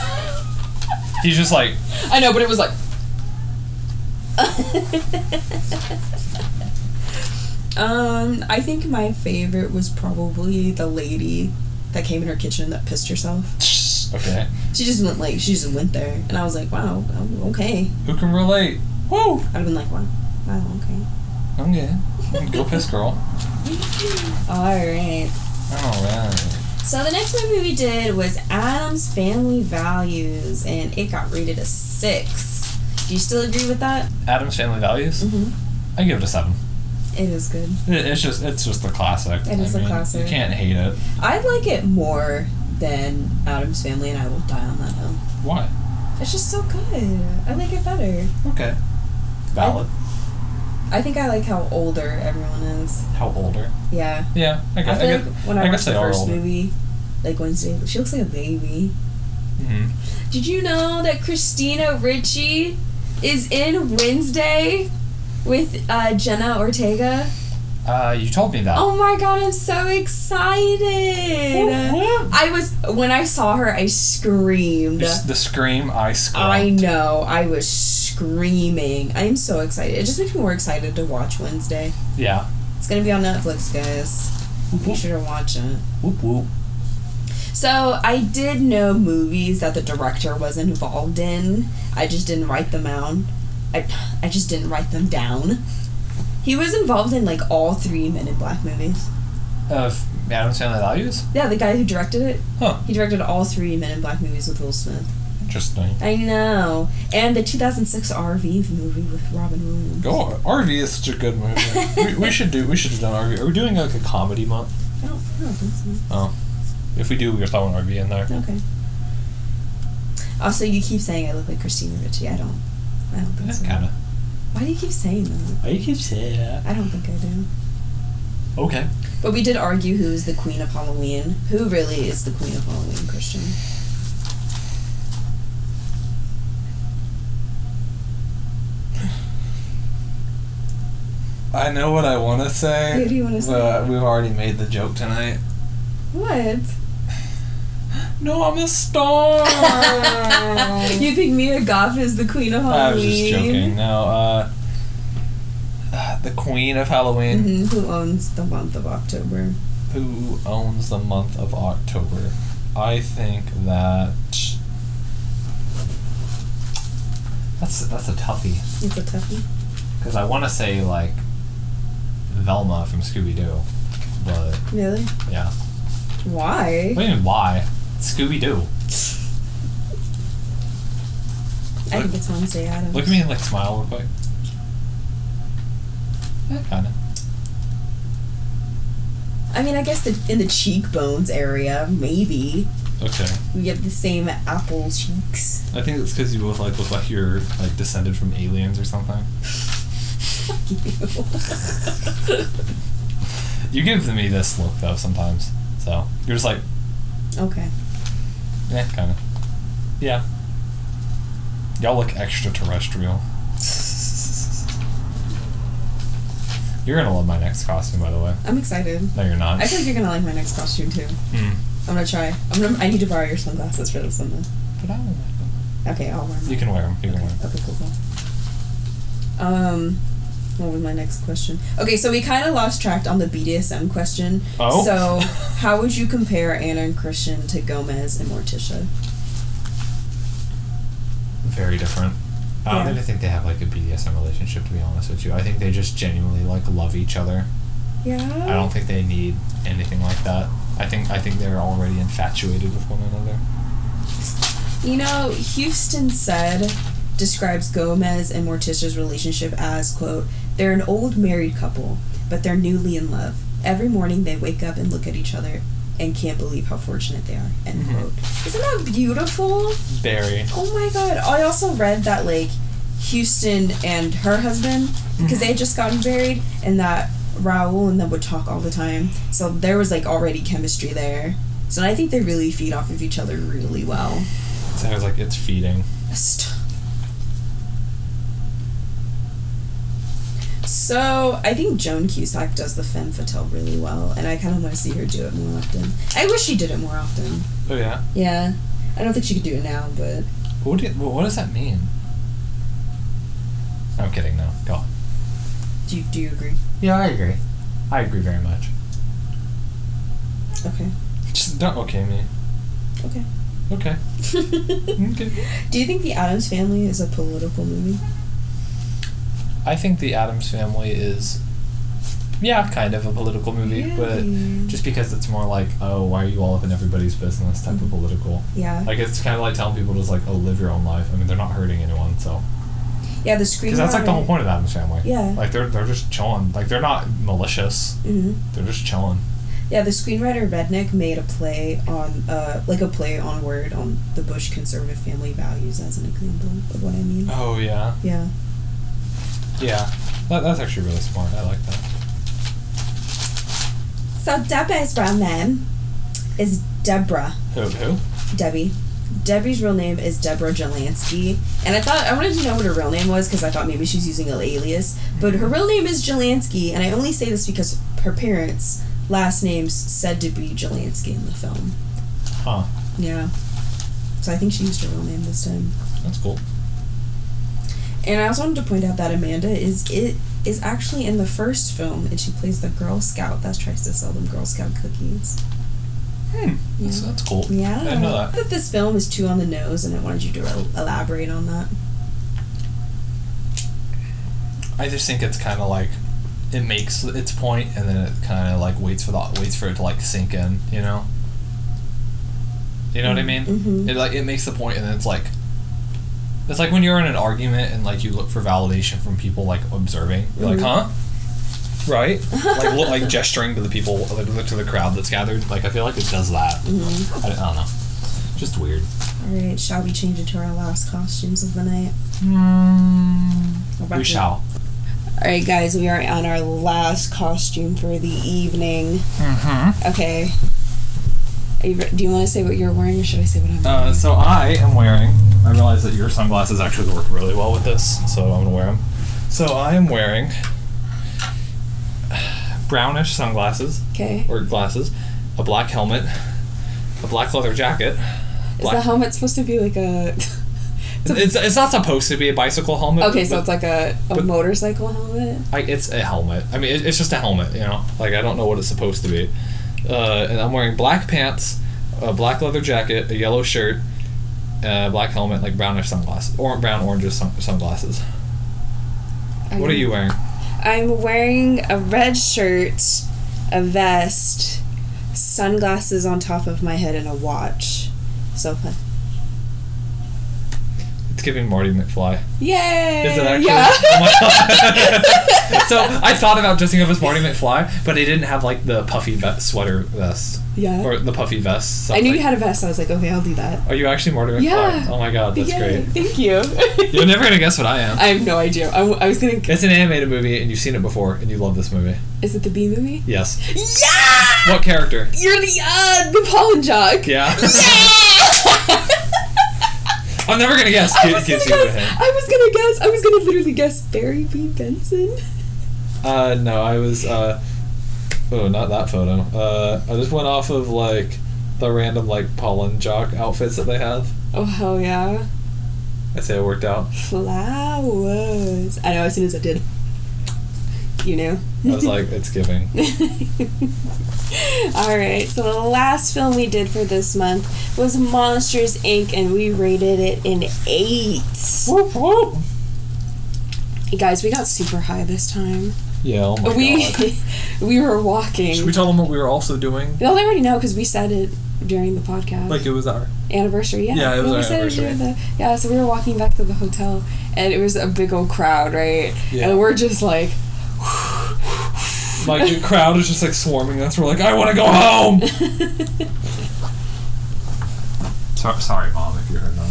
He's just like, I know, but it was like. (laughs) um, I think my favorite was probably the lady that came in her kitchen that pissed (laughs) herself. okay, She just went like she just went there, and I was like, wow, oh, okay. who can relate? Woo. I'd have been like, wow, wow, okay. Okay. Go piss, girl. All right. All right. So the next movie we did was Adam's Family Values, and it got rated a six. Do you still agree with that? Adam's Family Values. Mhm. I give it a seven. It is good. It, it's just it's just the classic. It is I a mean, classic. You can't hate it. I like it more than Adam's Family, and I will die on that hill. Why? It's just so good. I like it better. Okay. Valid. I think I like how older everyone is. How older? Yeah. Yeah, I I guess. I, feel guess, like when I, I guess watched the they are first older. movie, like Wednesday, she looks like a baby. hmm Did you know that Christina Ricci is in Wednesday with uh, Jenna Ortega? Uh, you told me that. Oh my god, I'm so excited! I was when I saw her, I screamed. Just the scream, I scream. I know, I was screaming. I'm so excited. It just makes me more excited to watch Wednesday. Yeah. It's gonna be on Netflix, guys. Be sure to watch it. Whoop whoop. So I did know movies that the director was involved in. I just didn't write them out. I, I just didn't write them down. He was involved in like all three Men in Black movies. Of Adam's Family Values. Yeah, the guy who directed it. Huh. He directed all three Men in Black movies with Will Smith. Interesting. I know. And the 2006 RV movie with Robin Williams. Go RV is such a (laughs) good movie. we, we should do. We should have done RV. Are we doing like a comedy month? I don't, I don't think If we do, we're throwing RV in there. so. Okay. Also, you keep saying I look like Christina Ricci. I don't. I don't think so. Kind of. Why do you keep saying that? I keep saying that. I don't think I do. Okay. But we did argue who is the queen of Halloween. Who really is the queen of Halloween, Christian? I know what I want to say. What do you wanna say? but We've already made the joke tonight. (laughs) What? No, I'm a star. (laughs) you think Mia Goth is the queen of Halloween? I was just joking. No, uh, uh, (sighs) the queen of Halloween, Mhm, Who owns the month of October? Who owns the month of October? I think that that's that's a toughie It's a toughie. because I want to say like Velma from Scooby Doo, but Really? yeah, Why? I don't even why Scooby Doo. I think it's Wednesday Adams. Look at me and like smile real quick. Kind of. I mean, I guess the, in the cheekbones area, maybe. Okay. We have the same apple cheeks. I think it's because you both like look like you're like descended from aliens or something. (laughs) Fuck you. You give me this look though sometimes, so you're just like (laughs) eh, okay. Yeah, kind of. Yeah. Y'all look extraterrestrial. You're gonna love my next costume, by the way. I'm excited. No, you're not. I feel like you're gonna like my next costume too. Mm. I'm gonna try. I'm gonna. I need to borrow your sunglasses for this one. Then. But I don't know. Okay, I'll wear. Mine. You can wear them. You can wear 'em. Okay, cool, cool. Um, what was my next question? Okay, so we kind of lost track on the BDSM question. Oh. So, how would you compare Anna and Christian to Gomez and Morticia? Very different. I don't Yeah. even think they have like a BDSM relationship. To be honest with you, I think they just genuinely like love each other. Yeah. I don't think they need anything like that. I think I think they're already infatuated with one another. You know, Houston said describes Gomez and Morticia's relationship as quote, they're an old married couple, but they're newly in love. Every morning they wake up and look at each other and can't believe how fortunate they are. End Mhm. quote. Isn't that beautiful? Very. Oh my god. I also read that like Houston and her husband because they had just gotten married and that Raul and them would talk all the time. So there was like already chemistry there. So I think they really feed off of each other really well. Sounds like it's feeding. St- So I think Joan Cusack does the femme fatale really well, and I kind of want to see her do it more often. I wish she did it more often. Oh yeah. Yeah, I don't think she could do it now, but What do you, what does that mean? I'm kidding. No, go on. do you, do you agree? Yeah, I agree. I agree very much. Okay. Just don't okay me. Okay. Okay. Okay. do you think the Adams Family is a political movie? I think the Adams Family is, yeah, kind of a political movie, but just because it's more like, oh, why are you all up in everybody's business type of political. Yeah. Like it's kind of like telling people to just like, oh, live your own life. I mean, they're not hurting anyone, so Yeah, the screen. because that's like the whole point of the Adams Family. Yeah. Like they're they're just chilling. Like they're not malicious. hmm They're just chilling. Yeah, the screenwriter Rednick made a play on, uh, like a play on word on the Bush conservative family values as an example of what I mean. Oh yeah. Yeah. Yeah. That, that's actually really smart. I like that. So Deborah's real name um, is Deborah Who who? Debbie. Debbie's real name is Deborah Jelansky, and I thought I wanted to know what her real name was because I thought maybe she's using an alias, but her real name is Jelansky, and I only say this because her parents' last names said to be Jelansky in the film. Huh. Yeah. So I think she used her real name this time. That's cool. And I also wanted to point out that Amanda is it is actually in the first film, and she plays the Girl Scout that tries to sell them Girl Scout cookies. Hmm. That's, that's cool. Yeah. I didn't know that. that this film is too on the nose, and I wanted you to el- elaborate on that. I just think it's kind of like it makes its point and then it kind of like waits for the waits for it to like sink in, you know. You know what I mean? Mhm. It like it makes the point and then it's like it's like when you're in an argument and like you look for validation from people like observing. You're like, huh? Right? like look, like gesturing to the people, like look to the crowd that's gathered. Like I feel like it does that. I, I don't know. Just weird. All right, shall we change it to our last costumes of the night? We're back We to- shall. All right, guys, we are on our last costume for the evening. Mm-hmm. Okay. Are you, re- do you want to say what you're wearing, or should I say what I'm wearing? Uh, so I am wearing. I realize that your sunglasses actually work really well with this, so I'm gonna wear them. So I am wearing (sighs) brownish sunglasses Okay. or glasses, a black helmet, a black leather jacket. Is the helmet supposed to be like (laughs) a? (laughs) It's, it's not supposed to be a bicycle helmet. Okay, so but it's like a, a but- motorcycle helmet. I, it's a helmet. I mean, it, it's just a helmet, you know. Like I don't know what it's supposed to be. Uh, and I'm wearing black pants, a black leather jacket, a yellow shirt, a black helmet, like brownish sunglasses, or brown oranges sun- sunglasses. What are you wearing? I'm wearing a red shirt, a vest, sunglasses on top of my head, and a watch. So fun. It's giving Marty McFly. Yay! Is it actually? Eh, Yeah. Oh my (laughs) God. (laughs) so I thought about dressing up as Marty McFly, but I didn't have like the puffy ve- sweater vest Yeah. or the puffy vest. So I was knew you like, had a vest. I was like, okay, I'll do that. Are you actually Marty McFly? Yeah. Oh my God, that's Yay, great. Thank (laughs) you. You're never gonna guess what I (laughs) am. I have no idea. I, w- I was gonna. It's an animated movie, and you've seen it before, and you love this movie. Is it the B movie? Yes. Yeah! What character? You're the uh, the pollen jock. Yeah. (laughs) (laughs) I I'm never gonna guess. was gonna guess. I was gonna guess. I was gonna literally guess Barry B Benson. Uh, no, I was. Uh, oh, not that photo. Uh, I just went off of like the random like pollen jock outfits that they have. Oh hell yeah, I say it worked out. flowers! I know. As soon as I did, you know. I was like, (laughs) it's giving. (laughs) All right, so the last film we did for this month was Monsters Inc., and we rated it an eight. You guys, we got super high this time. Yeah. Oh my we (laughs) god. (laughs) we were walking. Should we tell them what we were also doing? Well, they already know because we said it during the podcast Like it was our. anniversary. Yeah, Yeah, it was Well, we our said it during the yeah. So we were walking back to the hotel, and it was a big old crowd, right? Yeah. And we're just like, (laughs) Like the crowd is just like swarming us. We're like, I want to go home. So- sorry, mom, if you heard that.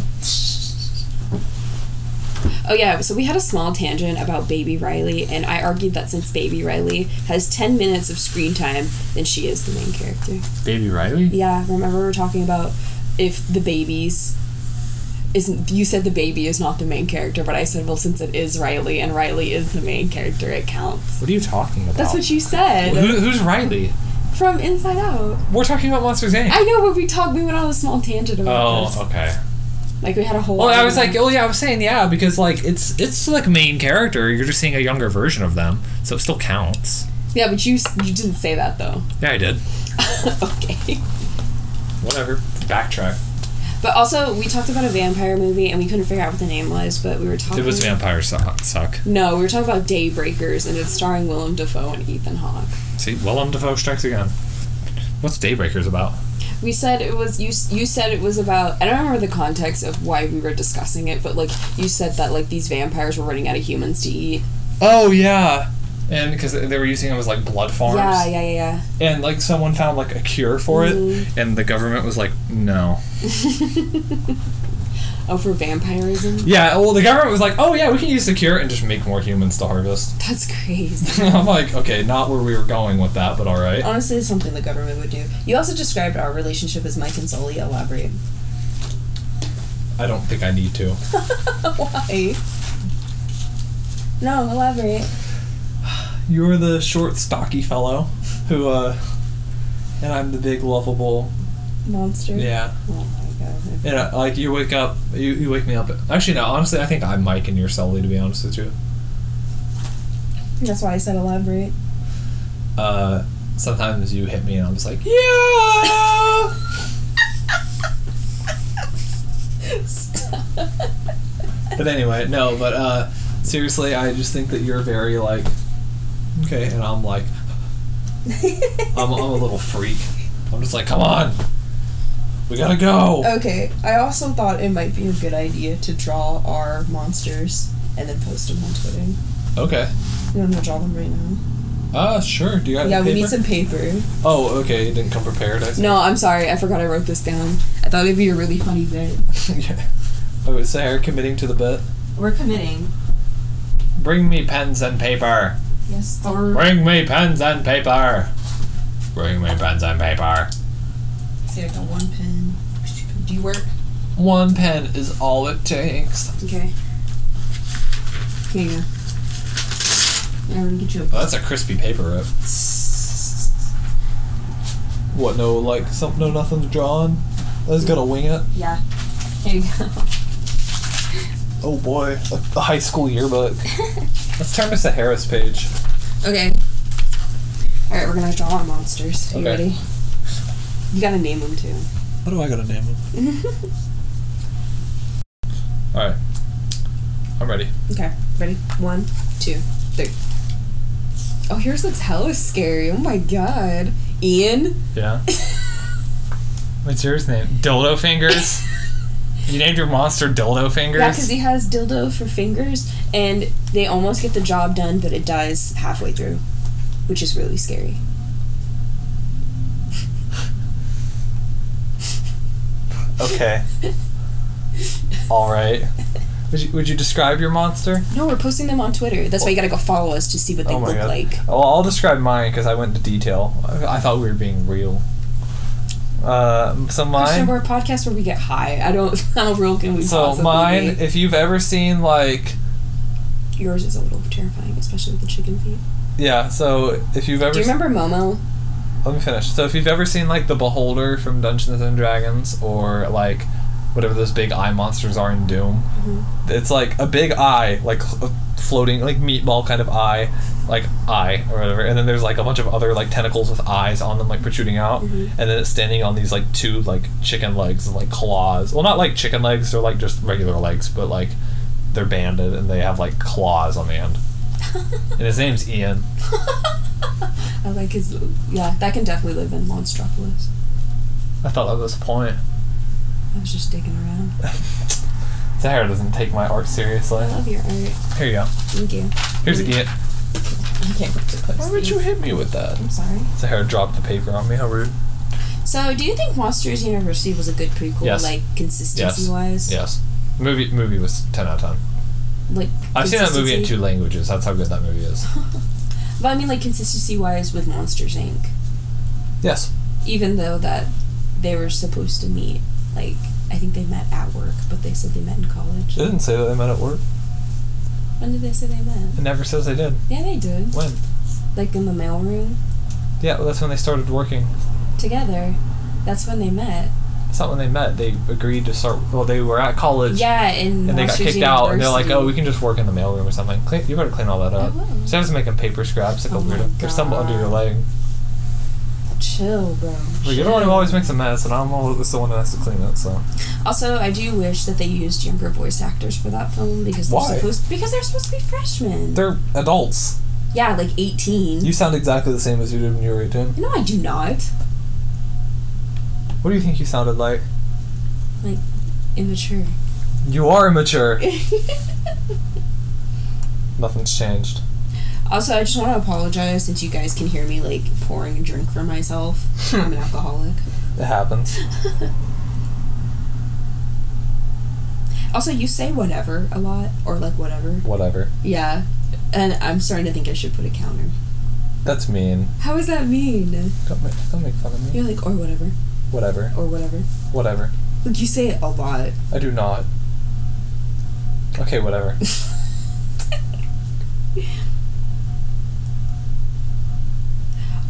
Oh yeah, so we had a small tangent about Baby Riley, and I argued that since Baby Riley has ten minutes of screen time, then she is the main character. Baby Riley? Yeah, remember we were talking about if the babies isn't you said the baby is not the main character, but I said, well, since it is Riley and Riley is the main character, it counts. What are you talking about? That's what you said Who, who's Riley? from Inside Out. We're talking about Monsters Inc. I know, but we talked. We went on a small tangent about oh, okay. this. Like we had a whole. Well, I was like, oh yeah, I was saying yeah because like it's it's like main character. You're just seeing a younger version of them, so it still counts. yeah, but you s- you didn't say that though. (laughs) Yeah, I did. okay. Whatever. Backtrack. But also, we talked about a vampire movie and we couldn't figure out what the name was, but we were talking. It was Vampire Suck. suck. No, we were talking about Daybreakers and it's starring Willem Dafoe and Ethan Hawke. See, Willem Dafoe strikes again. What's Daybreakers about? We said it was you. s- You said it was about. I don't remember the context of why we were discussing it, but like you said that like these vampires were running out of humans to eat. Oh yeah. And because they were using them as like blood farms, Yeah, yeah, yeah, (laughs) yeah. and like someone found like a cure for it, and the government was like, no. Oh, for vampirism. Yeah, well, the government was like, oh yeah, we can use the cure and just make more humans to harvest. (laughs) That's crazy. I'm like, okay, not where we were going with that, but all right. Honestly, it's something the government would do. You also described our relationship as Mike and Sully. Elaborate. I don't think I need to. (laughs) Why? No, elaborate. You're the short, stocky fellow, who, uh, and I'm the big, lovable. Monster. Yeah. Oh my god. And uh, like you wake up, you, you wake me up. Actually, no. Honestly, I think I'm Mike and you're Sully. To be honest with you. That's why I said elaborate. (laughs) Uh, sometimes you hit me and I'm just like, yeah. but anyway, no. But uh, seriously, I just think that you're very like, okay, and I'm like, I'm, I'm a little freak. I'm just like, come on, we gotta go. Okay, I also thought it might be a good idea to draw our monsters and then post them on Twitter. Okay. You want to draw them right now? Uh, sure. Do you got Yeah, paper? we need some paper. Oh, okay. You didn't come prepared. I see. No, I'm sorry. I forgot I wrote this down. I thought it'd be a really funny bit. (laughs) yeah. Oh, is Sarah committing to the bit? We're committing. Bring me pens and paper. Yes, sir. Bring me pens and paper. Bring me pens and paper. See, I got one pen. Do you work? One pen is all it takes. Okay. Here you go. I'm gonna get you a Oh, that's a crispy paper rip. What? No, like some, no nothing's drawn. I just gotta wing it. Yeah. Here you go. (laughs) Oh boy, like the high school (laughs) yearbook. Let's turn this to Harris page. Okay. All right, we're gonna draw our monsters. You Okay. ready? You gotta name them too. What do I gotta name him? (laughs) all right, I'm ready. Okay. Ready? One, two, three. Oh, here's looks hella scary. Oh my god. Ian. (laughs) Yeah. What's yours name? Dildo Fingers? you named your monster Dildo Fingers? Yeah, because he has dildo for fingers, and they almost get the job done, but it dies halfway through, which is really scary. (laughs) Okay. all right. Would you, would you describe your monster? No, we're posting them on Twitter. That's why you gotta go follow us to see what they Oh my look God. like. Well, I'll describe mine because I went into detail. I, I thought we were being real. Uh, so Christian, mine. we're a podcast where (laughs) we get high. I don't. How real can we So possibly mine. be? If you've ever seen like Yours is a little terrifying, especially with the chicken feet. Yeah, so if you've ever Do you remember Momo? let me finish. So if you've ever seen like the Beholder from Dungeons and Dragons or like whatever those big eye monsters are in Doom, Mm-hmm. it's like a big eye, like a floating like meatball kind of eye, like eye or whatever. And then there's like a bunch of other like tentacles with eyes on them like protruding out, Mm-hmm. and then it's standing on these like two like chicken legs and like claws. Well, not like chicken legs, they're like just regular legs, but like they're banded and they have like claws on the end. and his name's Ian. (laughs) I like his. Yeah, that can definitely live in Monstropolis. I thought that was the (laughs) point. I was just digging around. Zara doesn't take my art seriously. I love Mm-hmm. your art. Here you go. Thank you. Here's it. I can't wait to post Why would these. you hit me with that? I'm sorry. Zahara dropped the paper on me. How rude. So, do you think Monsters University was a good prequel, Yes. like consistency Yes. wise? Yes. Movie movie was ten out of ten. Like I've seen that movie in consistency- two languages. That's how good that movie is. But I mean, like consistency wise with Monsters Inc. Yes. Even though that they were supposed to meet, like I think they met at work, but they said they met in college. They didn't say that they met at work. When did they say they met? It never says they did. Yeah, they did. When? Like in the mailroom Yeah, well, that's when they started working. together. That's when they met. It's not when they met. They agreed to start. Well, they were at college. Yeah, in And they got Monsters kicked out, and they're like, University. "Oh, we can just work in the mailroom or something." Clean, you better clean all that I up. will. Instead of making paper scraps like Oh a my weirdo, there's some under your God. leg. Chill, bro. But you're the one who always makes a mess, and I'm always the one that has to clean it. So Also, I do wish that they used younger voice actors for that film because they're Why? supposed because they're supposed to be freshmen. they're adults. yeah, like eighteen. You sound exactly the same as you did when you were 18. no, I do not. What do you think you sounded like? Immature. You are immature. (laughs) Nothing's changed. Also, I just want to apologize since you guys can hear me like pouring a drink for (laughs) myself. I'm an alcoholic. It happens. Also, you say whatever a lot or like whatever. Whatever. Yeah, and I'm starting to think I should put a counter. That's mean. How does that mean? Don't make, don't make fun of me. You're like or whatever Whatever. or whatever. Whatever. Like you say it a lot. I do not. Okay, whatever.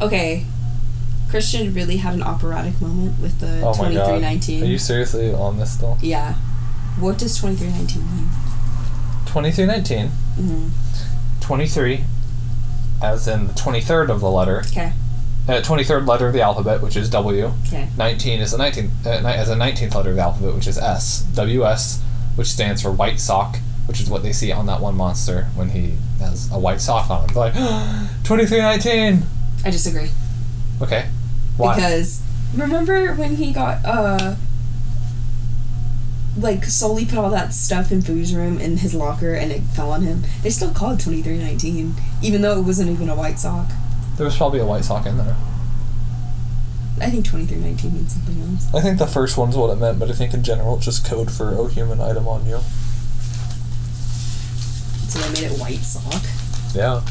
Okay. Christian really had an operatic moment with the Oh my god. Are 2319. you seriously on this still? yeah. What does 2319 mean? 2319. Mm-hmm. 23, as in the 23rd of the letter. Okay. Uh, 23rd letter of the alphabet, which is W. Okay. 19 is the 19th, uh, ni- as a 19th letter of the alphabet, which is S. WS, which stands for white sock, which is what they see on that one monster when he has a white sock on. They're like, (gasps) 2319! I disagree. Okay. Why? Because remember when he got, uh, like, Sully put all that stuff in Boo's room in his locker and it fell on him? They still called 2319, even though it wasn't even a white sock. there was probably a white sock in there. I think 2319 means something else. I think the first one's what it meant, but I think in general it's just code for oh human item on you. So they made it white sock. Yeah.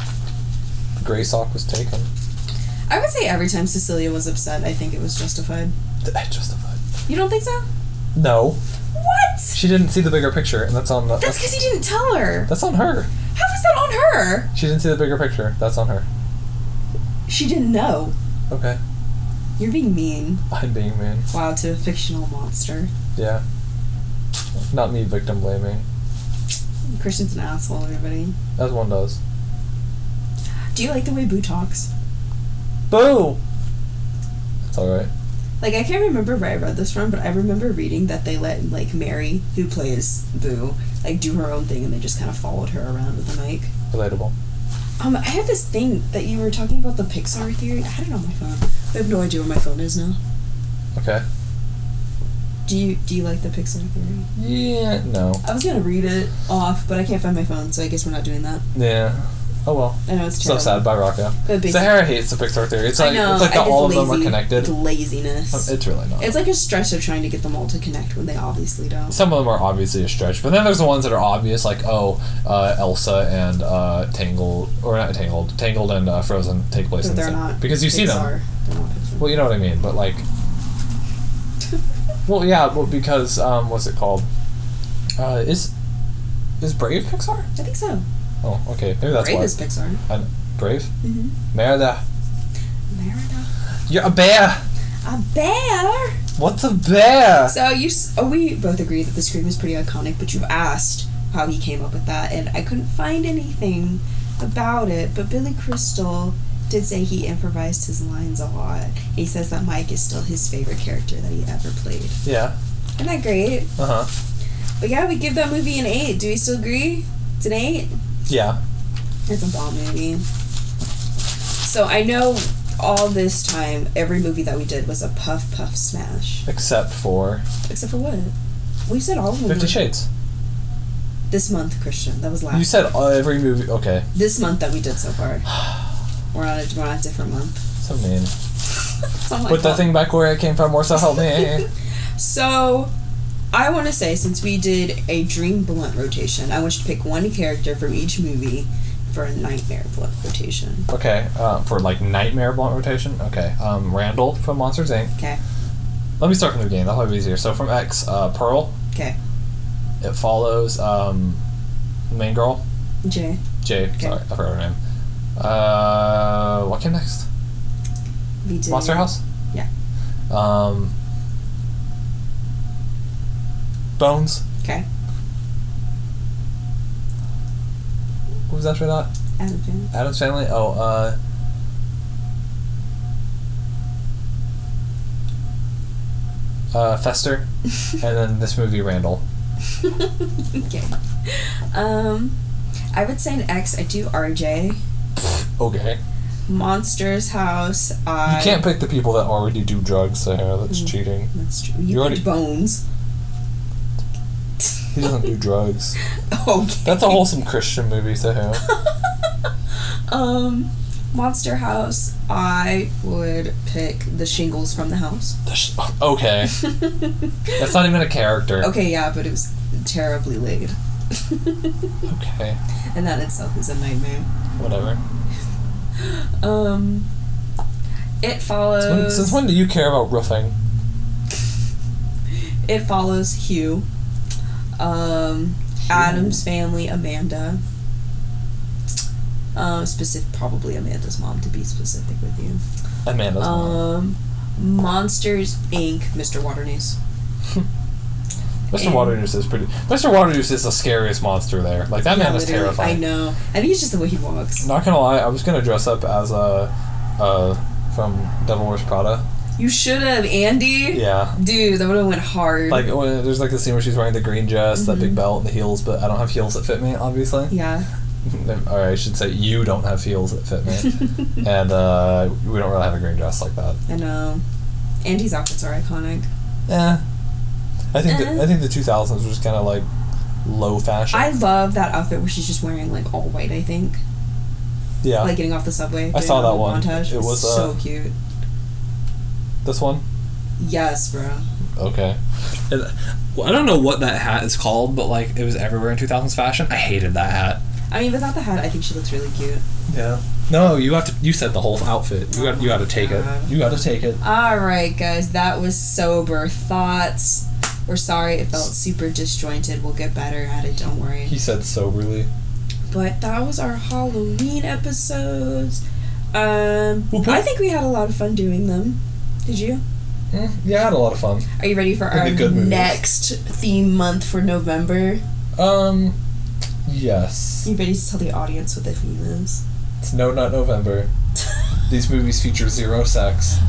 The gray sock was taken. I would say every time Cecilia was upset, I think it was justified. Th- Justified. You don't think so? No. What? She didn't see the bigger picture, and that's on the, That's because he didn't tell her. that's on How her. was that on her? She didn't see the bigger picture. That's on her. She didn't know. Okay. You're being mean. I'm being mean. Wow, to a fictional monster. Yeah. Not me victim blaming, Christian's an asshole, everybody. as one does. Do you like the way Boo talks? Boo! It's alright. Like, I can't remember where I read this from, but I remember reading that they let, like, Mary, who plays Boo, like, do her own thing and they just kind of followed her around with a mic. Relatable. Um, I had this thing that you were talking about the Pixar theory. I had it on my phone. I have no idea where my phone is now. Okay. Do you do you like the Pixar theory? Yeah. No. I was gonna read it off, but I can't find my phone, so I guess we're not doing that. Yeah. Oh well. I know it's So terrible. sad by Rocco. But basically, Sahara hates the Pixar theory. It's I like know, it's like I that just all of them are lazy- connected. Um, Laziness. It's really not. It's like a stress of trying to get them all to connect when they obviously don't. Some of them are obviously a stretch, but then there's the ones that are obvious, like oh, uh, Elsa and uh, Tangled, or not Tangled, Tangled and uh, Frozen take place But in the they're same not. because you see them. Pixar. They're not Pixar. Well, you know what I mean, but like, well, yeah, well, because um, what's it called? Uh, is is Brave Pixar? I think so. Oh, okay. Maybe that's Brave why. is Pixar. I'm brave. Mm-hmm. Merida. Merida. You're a bear. A bear. What's a bear? So you, s- oh, we both agree that the scream is pretty iconic, but you asked how he came up with that, and I couldn't find anything about it. But Billy Crystal did say he improvised his lines a lot. He says that Mike is still his favorite character that he ever played. Yeah. Isn't that great? Uh huh. But yeah, we give that movie an eight. Do we still agree? It's an eight. Yeah. It's a bomb movie. So I know all this time, every movie that we did was a puff puff smash. Except for Except for what? We said all of them. Fifty were- Shades. This month, Christian. That was last. You said every movie. Okay. this month that we did so (sighs) far. We're on a we're on a different month. (laughs) So mean. It's not my Put that fault. thing back where it came from, or so help me. (laughs) So, I want to say since we did a dream blunt rotation, I want you to pick one character from each movie for a nightmare blunt rotation. okay. Uh, for like nightmare blunt rotation. Okay. Um, Randall from Monsters Inc. Okay. Let me start from the beginning. That'll be easier. So from X, uh, Pearl. Okay. It follows um, the main girl, Jay. Jade. Sorry, I forgot her name. Uh, what came next? We did Monster House. Yeah. Um, Bones. Okay. What was after that? Adam Family. Adam's Family. Oh, uh, uh, Fester, and then this movie Randall. (laughs) okay. Um, I would say an X. I do RJ. Okay. Monsters House. I. Mm. You can't pick the people that already do drugs, Sarah. That's cheating. That's true. You, You picked already- Bones. He doesn't do drugs. (laughs) Okay. That's a wholesome Christian (laughs) movie, Sarah. um, Monster House, I would pick the shingles from the house. The sh- oh, Okay. (laughs) That's not even a character. okay, yeah, but it was terribly laid. Okay. (laughs) and that itself is a nightmare. Whatever. Um, it Since when, follows. since when do you care about roofing? It follows Hugh, um, Adam's family, Amanda. Um, specific, probably Amanda's mom to be specific with you. Amanda's mom. (laughs) Um, Monsters Inc. Mr. Waternews. Mr. and- Waternoose is pretty. Mr. Waternoose is the scariest monster there. Like that man is literally. terrifying. I know. I think it's just the way he walks. Not gonna lie, I was gonna dress up as a, uh, from Devil Wears Prada. You should have, Andy. Yeah. Dude, that would have went hard. Like when, there's like the scene where she's wearing the green dress, that Mm-hmm. big belt, and the heels, but I don't have heels that fit me, obviously. yeah. or I should say, you don't have heels that (laughs) fit me, and uh, we don't really have a green dress like that. I know. um, Andy's outfits are iconic. Eh. I think Eh. the, I think the 2000s was just kind of like low fashion. I love that outfit where she's just wearing like all white. I think yeah. like getting off the subway. I doing saw a that one. Montage. It It's was, uh, so cute. this one. Yes, bro. Okay. And, well, I don't know what that hat is called, but like it was everywhere in 2000s fashion. I hated that hat. I mean, without the hat, I think she looks really cute. Yeah. No, you have to. You said the whole outfit. You got. You got to take it. You got to take it. All right, guys, that was sober thoughts. We're sorry it felt super disjointed. We'll get better at it. Don't worry. He said soberly. But that was our Halloween episodes. Um, Okay. I think we had a lot of fun doing them. Did you? Mm, yeah, I had a lot of fun. Are you ready for Pretty our good movies. next theme month for November? Um. Yes. You ready to tell the audience what the theme is? (laughs) It's no, not November. These movies feature zero sex. (laughs)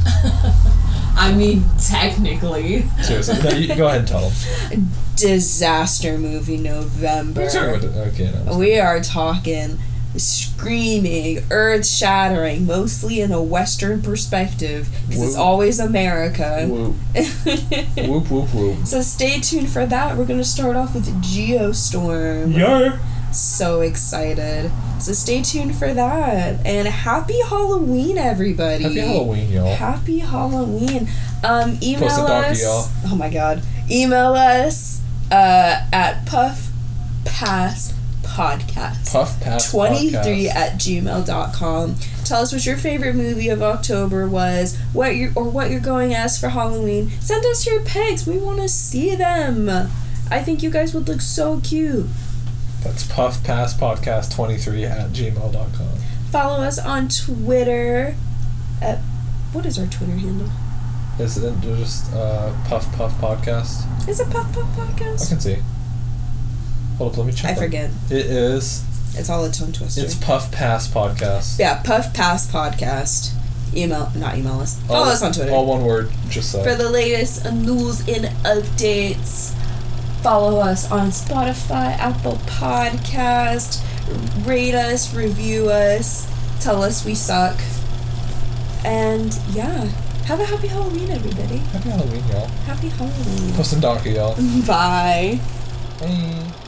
I mean, technically. Seriously. No, you, go ahead and tell them. Disaster movie November. We're talking about the- okay. No. We are talking screaming, earth shattering, mostly in a Western perspective, because it's Woo. always America. Whoop. Whoop whoop (laughs) whoop. So stay tuned for that. We're gonna start off with Geostorm. Yar. So excited. So stay tuned for that. And happy Halloween, everybody. Happy Halloween, y'all. Happy Halloween. Um, email Post a donkey, us. y'all. Oh my god. Email us uh, at Puff Pass Podcast. Puff Pass 23 Podcast. at gmail.com tell us what your favorite movie of october was what you or what you're going as for halloween send us your pics we want to see them i think you guys would look so cute That's puffpasspodcast23 at gmail.com. Follow us on Twitter. At, what is our Twitter handle? Is it just uh, Puff Puff Podcast? Is it Puff Puff I Podcast? can see. Hold up, let me check. I that. forget. It is. It's all a tongue twister. It's Puff Pass Podcast. yeah, Puff Pass Podcast. Email, not email us. Follow All- us on Twitter. All one word, just so. For the latest news and updates, follow us on Spotify, Apple Podcast. Rate us, review us, tell us we suck. And yeah, have a happy Halloween, everybody. Happy Halloween, y'all. Happy Halloween. (laughs) Puss and Donkey, y'all. Bye. Bye.